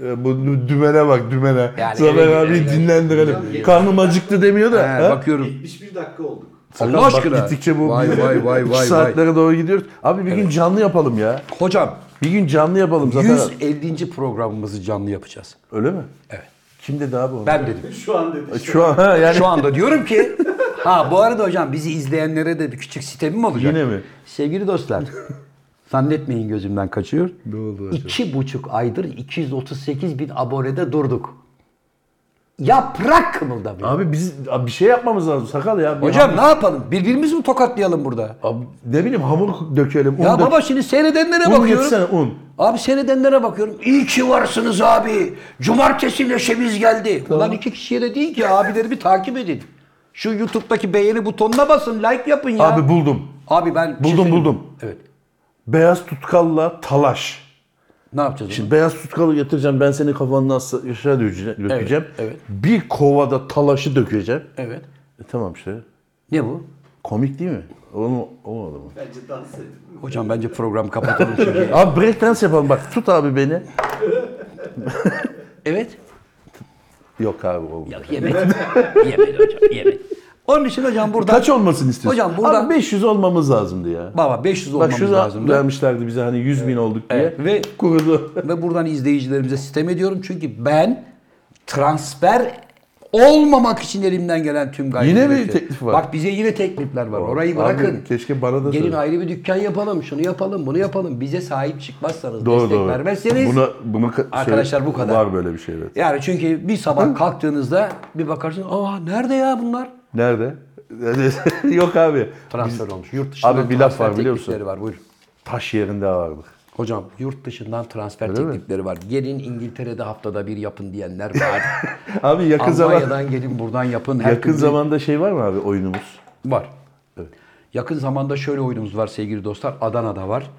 B: e, bu dümene bak dümene.
A: Yani
B: Zafer
A: eve-
B: abi
A: eve-
B: dinlendirelim.
C: Hocam-
B: Karnım acıktı demiyor da.
A: He,
B: ha?
A: bakıyorum.
C: 71 dakika olduk.
B: Sakal
A: Allah
B: bak,
A: aşkına.
B: Gittikçe bu
A: Vay, vay, vay,
B: bu
A: vay,
B: saatlere doğru gidiyoruz. Abi bir gün canlı yapalım ya.
A: Hocam
B: Bir gün canlı yapalım Zafer abi.
A: 150. programımızı canlı yapacağız.
B: Öyle mi?
A: Evet.
B: Kim dedi abi onu?
A: Ben dedim.
C: Şu an dedi.
B: Şu an ha, yani
A: Şu anda diyorum ki ha bu arada hocam bizi izleyenlere de bir küçük sitemim olacak.
B: Yine mi?
A: Sevgili dostlar zannetmeyin gözümden kaçıyor.
B: Ne oldu hocam?
A: İki buçuk aydır 238 bin abonede durduk. Yaprak kımıldamıyor.
B: Abi biz abi bir şey yapmamız lazım sakal ya. Bir
A: Hocam ne yapalım? Birbirimizi mi tokatlayalım burada?
B: ham- abi, ne bileyim hamur dökelim. un
A: Ya
B: dök-
A: baba şimdi seyredenlere
B: un
A: bakıyorum.
B: getirsene un.
A: Abi seyredenlere bakıyorum. İyi ki varsınız abi. Cumartesi neşemiz geldi. Ulan iki kişiye de değil ki abilerimi takip edin. Şu YouTube'daki beğeni butonuna basın, like yapın ya.
B: Abi buldum.
A: Abi ben bir şey
B: Buldum,
A: söyleyeyim.
B: buldum.
A: Evet.
B: Beyaz tutkalla talaş.
A: Ne yapacağız? Şimdi
B: Şimdi beyaz tutkalı getireceğim ben senin kafanına aşağı dökeceğim.
A: evet.
B: Bir kovada talaşı dökeceğim.
A: evet.
B: E, tamam işte.
A: Ne bu?
B: Komik değil mi? Olma, olmadı mı?
C: Bence dans edin.
A: Hocam bence program kapatalım şimdi.
B: Abi break dance yapalım bak tut abi beni.
A: (laughs) evet.
B: Yok abi olmadı.
A: Yok yemedi. yemedi hocam yemedi. Onun için hocam burada
B: Kaç olmasını istiyorsun?
A: Hocam buradan-
B: Abi 500 olmamız lazımdı ya.
A: baba 500
B: Bak
A: olmamız
B: şunu
A: lazımdı.
B: vermişlerdi bize hani 100 bin olduk diye.
A: Evet, ve-
B: (laughs) kurudu.
A: Ve buradan izleyicilerimize sitem ediyorum çünkü ben transfer olmamak için elimden gelen tüm gayreti
B: Yine mi
A: yapıyorum.
B: teklif var?
A: Bak bize yine teklifler var. Orayı
B: Abi,
A: bırakın.
B: keşke bana da
A: Gelin
B: söyle.
A: ayrı bir dükkan yapalım, şunu yapalım, bunu yapalım. Bize sahip çıkmazsanız,
B: Doğru
A: destek
B: doğru.
A: vermezseniz
B: Buna, bunu ka-
A: Arkadaşlar bu kadar.
B: Var böyle bir şey evet.
A: Yani çünkü bir sabah kalktığınızda bir bakarsın, aa nerede ya bunlar?
B: Nerede? (laughs) Yok abi.
A: Transfer olmuş. Yurt dışından
B: Abi bir laf
A: transfer
B: var biliyor musun?
A: teklifleri var. Buyur.
B: Taş yerinde vardık.
A: Hocam yurt dışından transfer
B: mi?
A: teklifleri var. Gelin İngiltere'de haftada bir yapın (laughs) diyenler var.
B: Abi yakın zaman
A: Almanya'dan gelin buradan yapın. Her
B: yakın
A: türlü-
B: zamanda şey var mı abi oyunumuz?
A: Var. Yakın zamanda şöyle oyunumuz var sevgili dostlar. Adana'da var.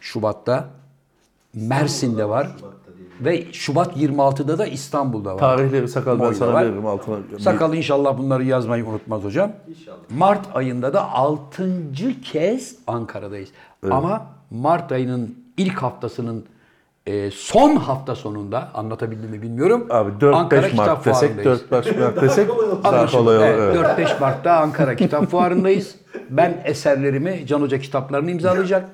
A: Şubat'ta. Mersin'de var. Ve Şubat 26'da da İstanbul'da var.
B: Tarihleri sakal ben
A: Oyunu
B: sana
A: var.
B: veririm altına.
A: Sakal inşallah bunları yazmayı unutmaz hocam. İnşallah. Mart ayında da 6. kez Ankara'dayız. Ama Mart ayının ilk haftasının e, son hafta sonunda anlatabildim mi bilmiyorum.
B: Abi 4-5 Mart desek, 4-5 Mart desek daha
A: Anlaşıldı.
B: kolay olur.
A: Evet,
B: evet.
A: 4-5 Mart'ta Ankara Kitap Fuarı'ndayız. Ben eserlerimi Can Hoca kitaplarını imzalayacak.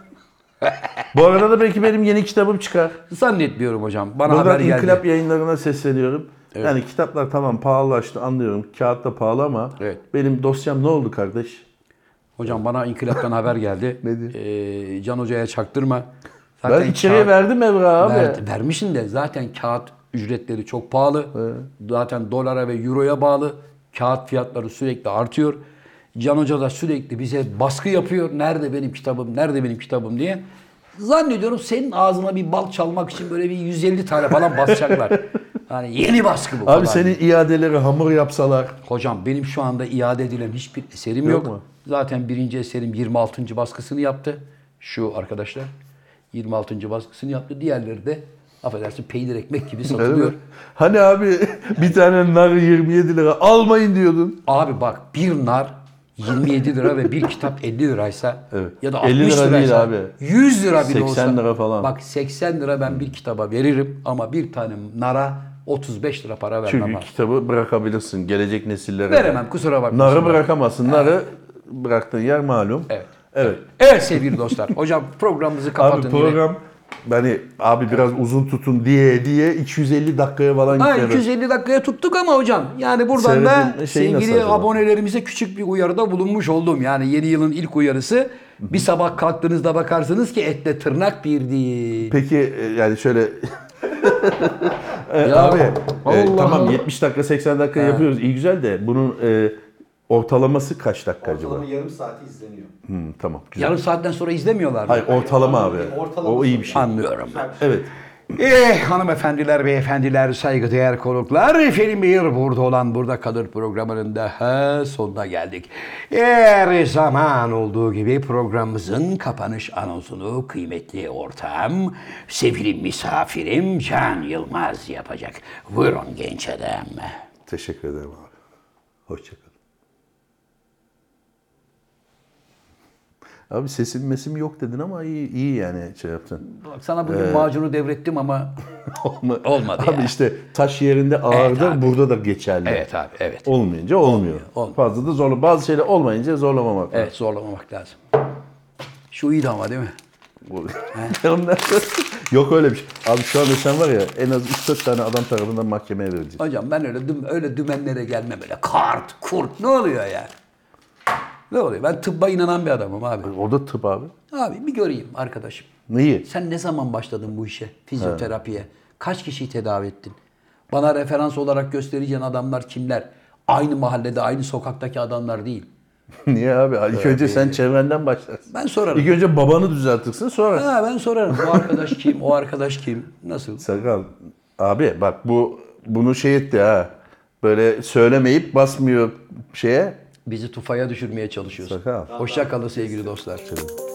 B: Bu arada da belki benim yeni kitabım çıkar.
A: Zannetmiyorum hocam. Bana
B: Buradan
A: haber geldi.
B: İnkılap yayınlarına sesleniyorum. Yani kitaplar tamam pahalılaştı anlıyorum. Kağıt da pahalı ama
A: Evet.
B: benim dosyam ne oldu kardeş?
A: Hocam bana İnkılap'tan haber
B: (laughs)
A: geldi.
B: Ne diyor?
A: Ee, Can Hoca'ya çaktırma.
B: Ben içeriye
A: kağıt-
B: verdim Evra abi.
A: Ver- vermişsin de zaten kağıt ücretleri çok pahalı. Zaten dolara ve euroya bağlı. Kağıt fiyatları sürekli artıyor. Can Hoca da sürekli bize baskı yapıyor. Nerede benim kitabım, nerede benim kitabım diye. Zannediyorum senin ağzına bir bal çalmak için böyle bir 150 tane falan
B: (laughs)
A: basacaklar. yani yeni baskı bu. falan.
B: Abi senin iadeleri hamur yapsalar.
A: Hocam benim şu anda iade edilen hiçbir eserim yok.
B: Yok mu?
A: Zaten birinci eserim 26. baskısını yaptı. Şu arkadaşlar 26. baskısını yaptı. Diğerleri de affedersin peynir ekmek gibi
B: Öyle mi?
A: satılıyor.
B: Hani (laughs) abi bir tane nar 27 lira almayın diyordun.
A: Abi bak bir nar 27 lira ve bir kitap 50 liraysa
B: Evet.
A: ya da 60
B: 50 lira
A: liraysa,
B: değil abi.
A: 100 lira bile
B: 80
A: olsa.
B: lira falan.
A: Bak 80 lira ben bir kitaba veririm ama bir tane nara 35 lira para vermem.
B: Çünkü
A: abi.
B: kitabı bırakabilirsin gelecek nesillere. de.
A: Veremem kusura bakma.
B: Narı bırakamazsın. Narı bıraktığın yer malum.
A: Evet.
B: Evet.
A: Evet sevgili dostlar. Hocam programımızı kapatın.
B: Abi
A: yine.
B: program hani abi biraz uzun tutun diye diye 250 dakikaya falan
A: Ha,
B: gitti.
A: 250 dakikaya tuttuk ama hocam yani buradan da
B: Seyredilme şeyi nasıl
A: sevgili
B: acaba?
A: abonelerimize küçük bir uyarıda bulunmuş oldum. Yani yeni yılın ilk uyarısı. Bir sabah kalktığınızda bakarsınız ki etle tırnak bir değil.
B: Peki e, yani şöyle E,
A: Ya,
B: abi e,
A: Allah
B: tamam
A: Allah.
B: 70 dakika 80 dakika yapıyoruz iyi güzel de bunun e, ortalaması kaç dakika
C: Ortalama
B: acaba?
C: yarım saati izleniyor.
B: Hmm, tamam güzel.
A: Yarım saatten sonra izlemiyorlar. mı?
B: Hayır ortalama abi.
C: Ortalama.
B: O iyi bir şey.
A: Anlıyorum.
C: Güzel bir şey.
B: Evet.
A: Eh hanımefendiler, beyefendiler, saygıdeğer konuklar. Efendim bir burada olan burada kalır programının daha sonuna geldik. Her zaman olduğu gibi programımızın kapanış anonsunu kıymetli ortağım, sevgili misafirim Can Yılmaz yapacak. Buyurun genç adam.
B: Teşekkür ederim abi. Hoşçakalın. Abi sesim mesim yok dedin ama iyi, iyi yani şey yaptın.
A: Sana bugün macunu devrettim ama
B: Olma- (laughs)
A: Olmadı
B: Abi
A: ya.
B: işte taş yerinde ağırdır
A: abi.
B: burada da geçerli.
A: evet abi evet.
B: Olmayınca olmuyor.
A: olmuyor.
B: Fazla da zorla. Bazı şeyler olmayınca zorlamamak.
A: Evet zorlamamak lazım. Şu iyi de ama değil mi?
B: Bu- Onlar- (laughs) Yok öyle bir şey. Abi şu anda sen var ya en az 3-4 tane adam tarafından mahkemeye vereceksin.
A: Hocam ben öyle düm, öyle dümenlere gelmem öyle. Kart, kurt ne oluyor ya? Ne oluyor? Ben tıbba inanan bir adamım abi.
B: O da tıp abi.
A: Abi bir göreyim arkadaşım.
B: Neyi?
A: Sen ne zaman başladın bu işe? Fizyoterapiye. Kaç kişiyi tedavi ettin? Bana referans olarak göstereceğin adamlar kimler? Aynı mahallede, aynı sokaktaki adamlar değil.
B: (laughs) Niye abi? İlk önce sen çevrenden başlarsın.
A: Ben sorarım.
B: (laughs) İlk önce babanı düzeltirsin sonra.
A: Ha, ben sorarım. Bu arkadaş kim? O arkadaş kim? Nasıl?
B: Sakal abi bak bu bunu şey etti ha. Böyle söylemeyip basmıyor şeye.
A: Bizi tufaya düşürmeye çalışıyorsun.
B: Sakal.
A: Hoşça kalın sevgili dostlar.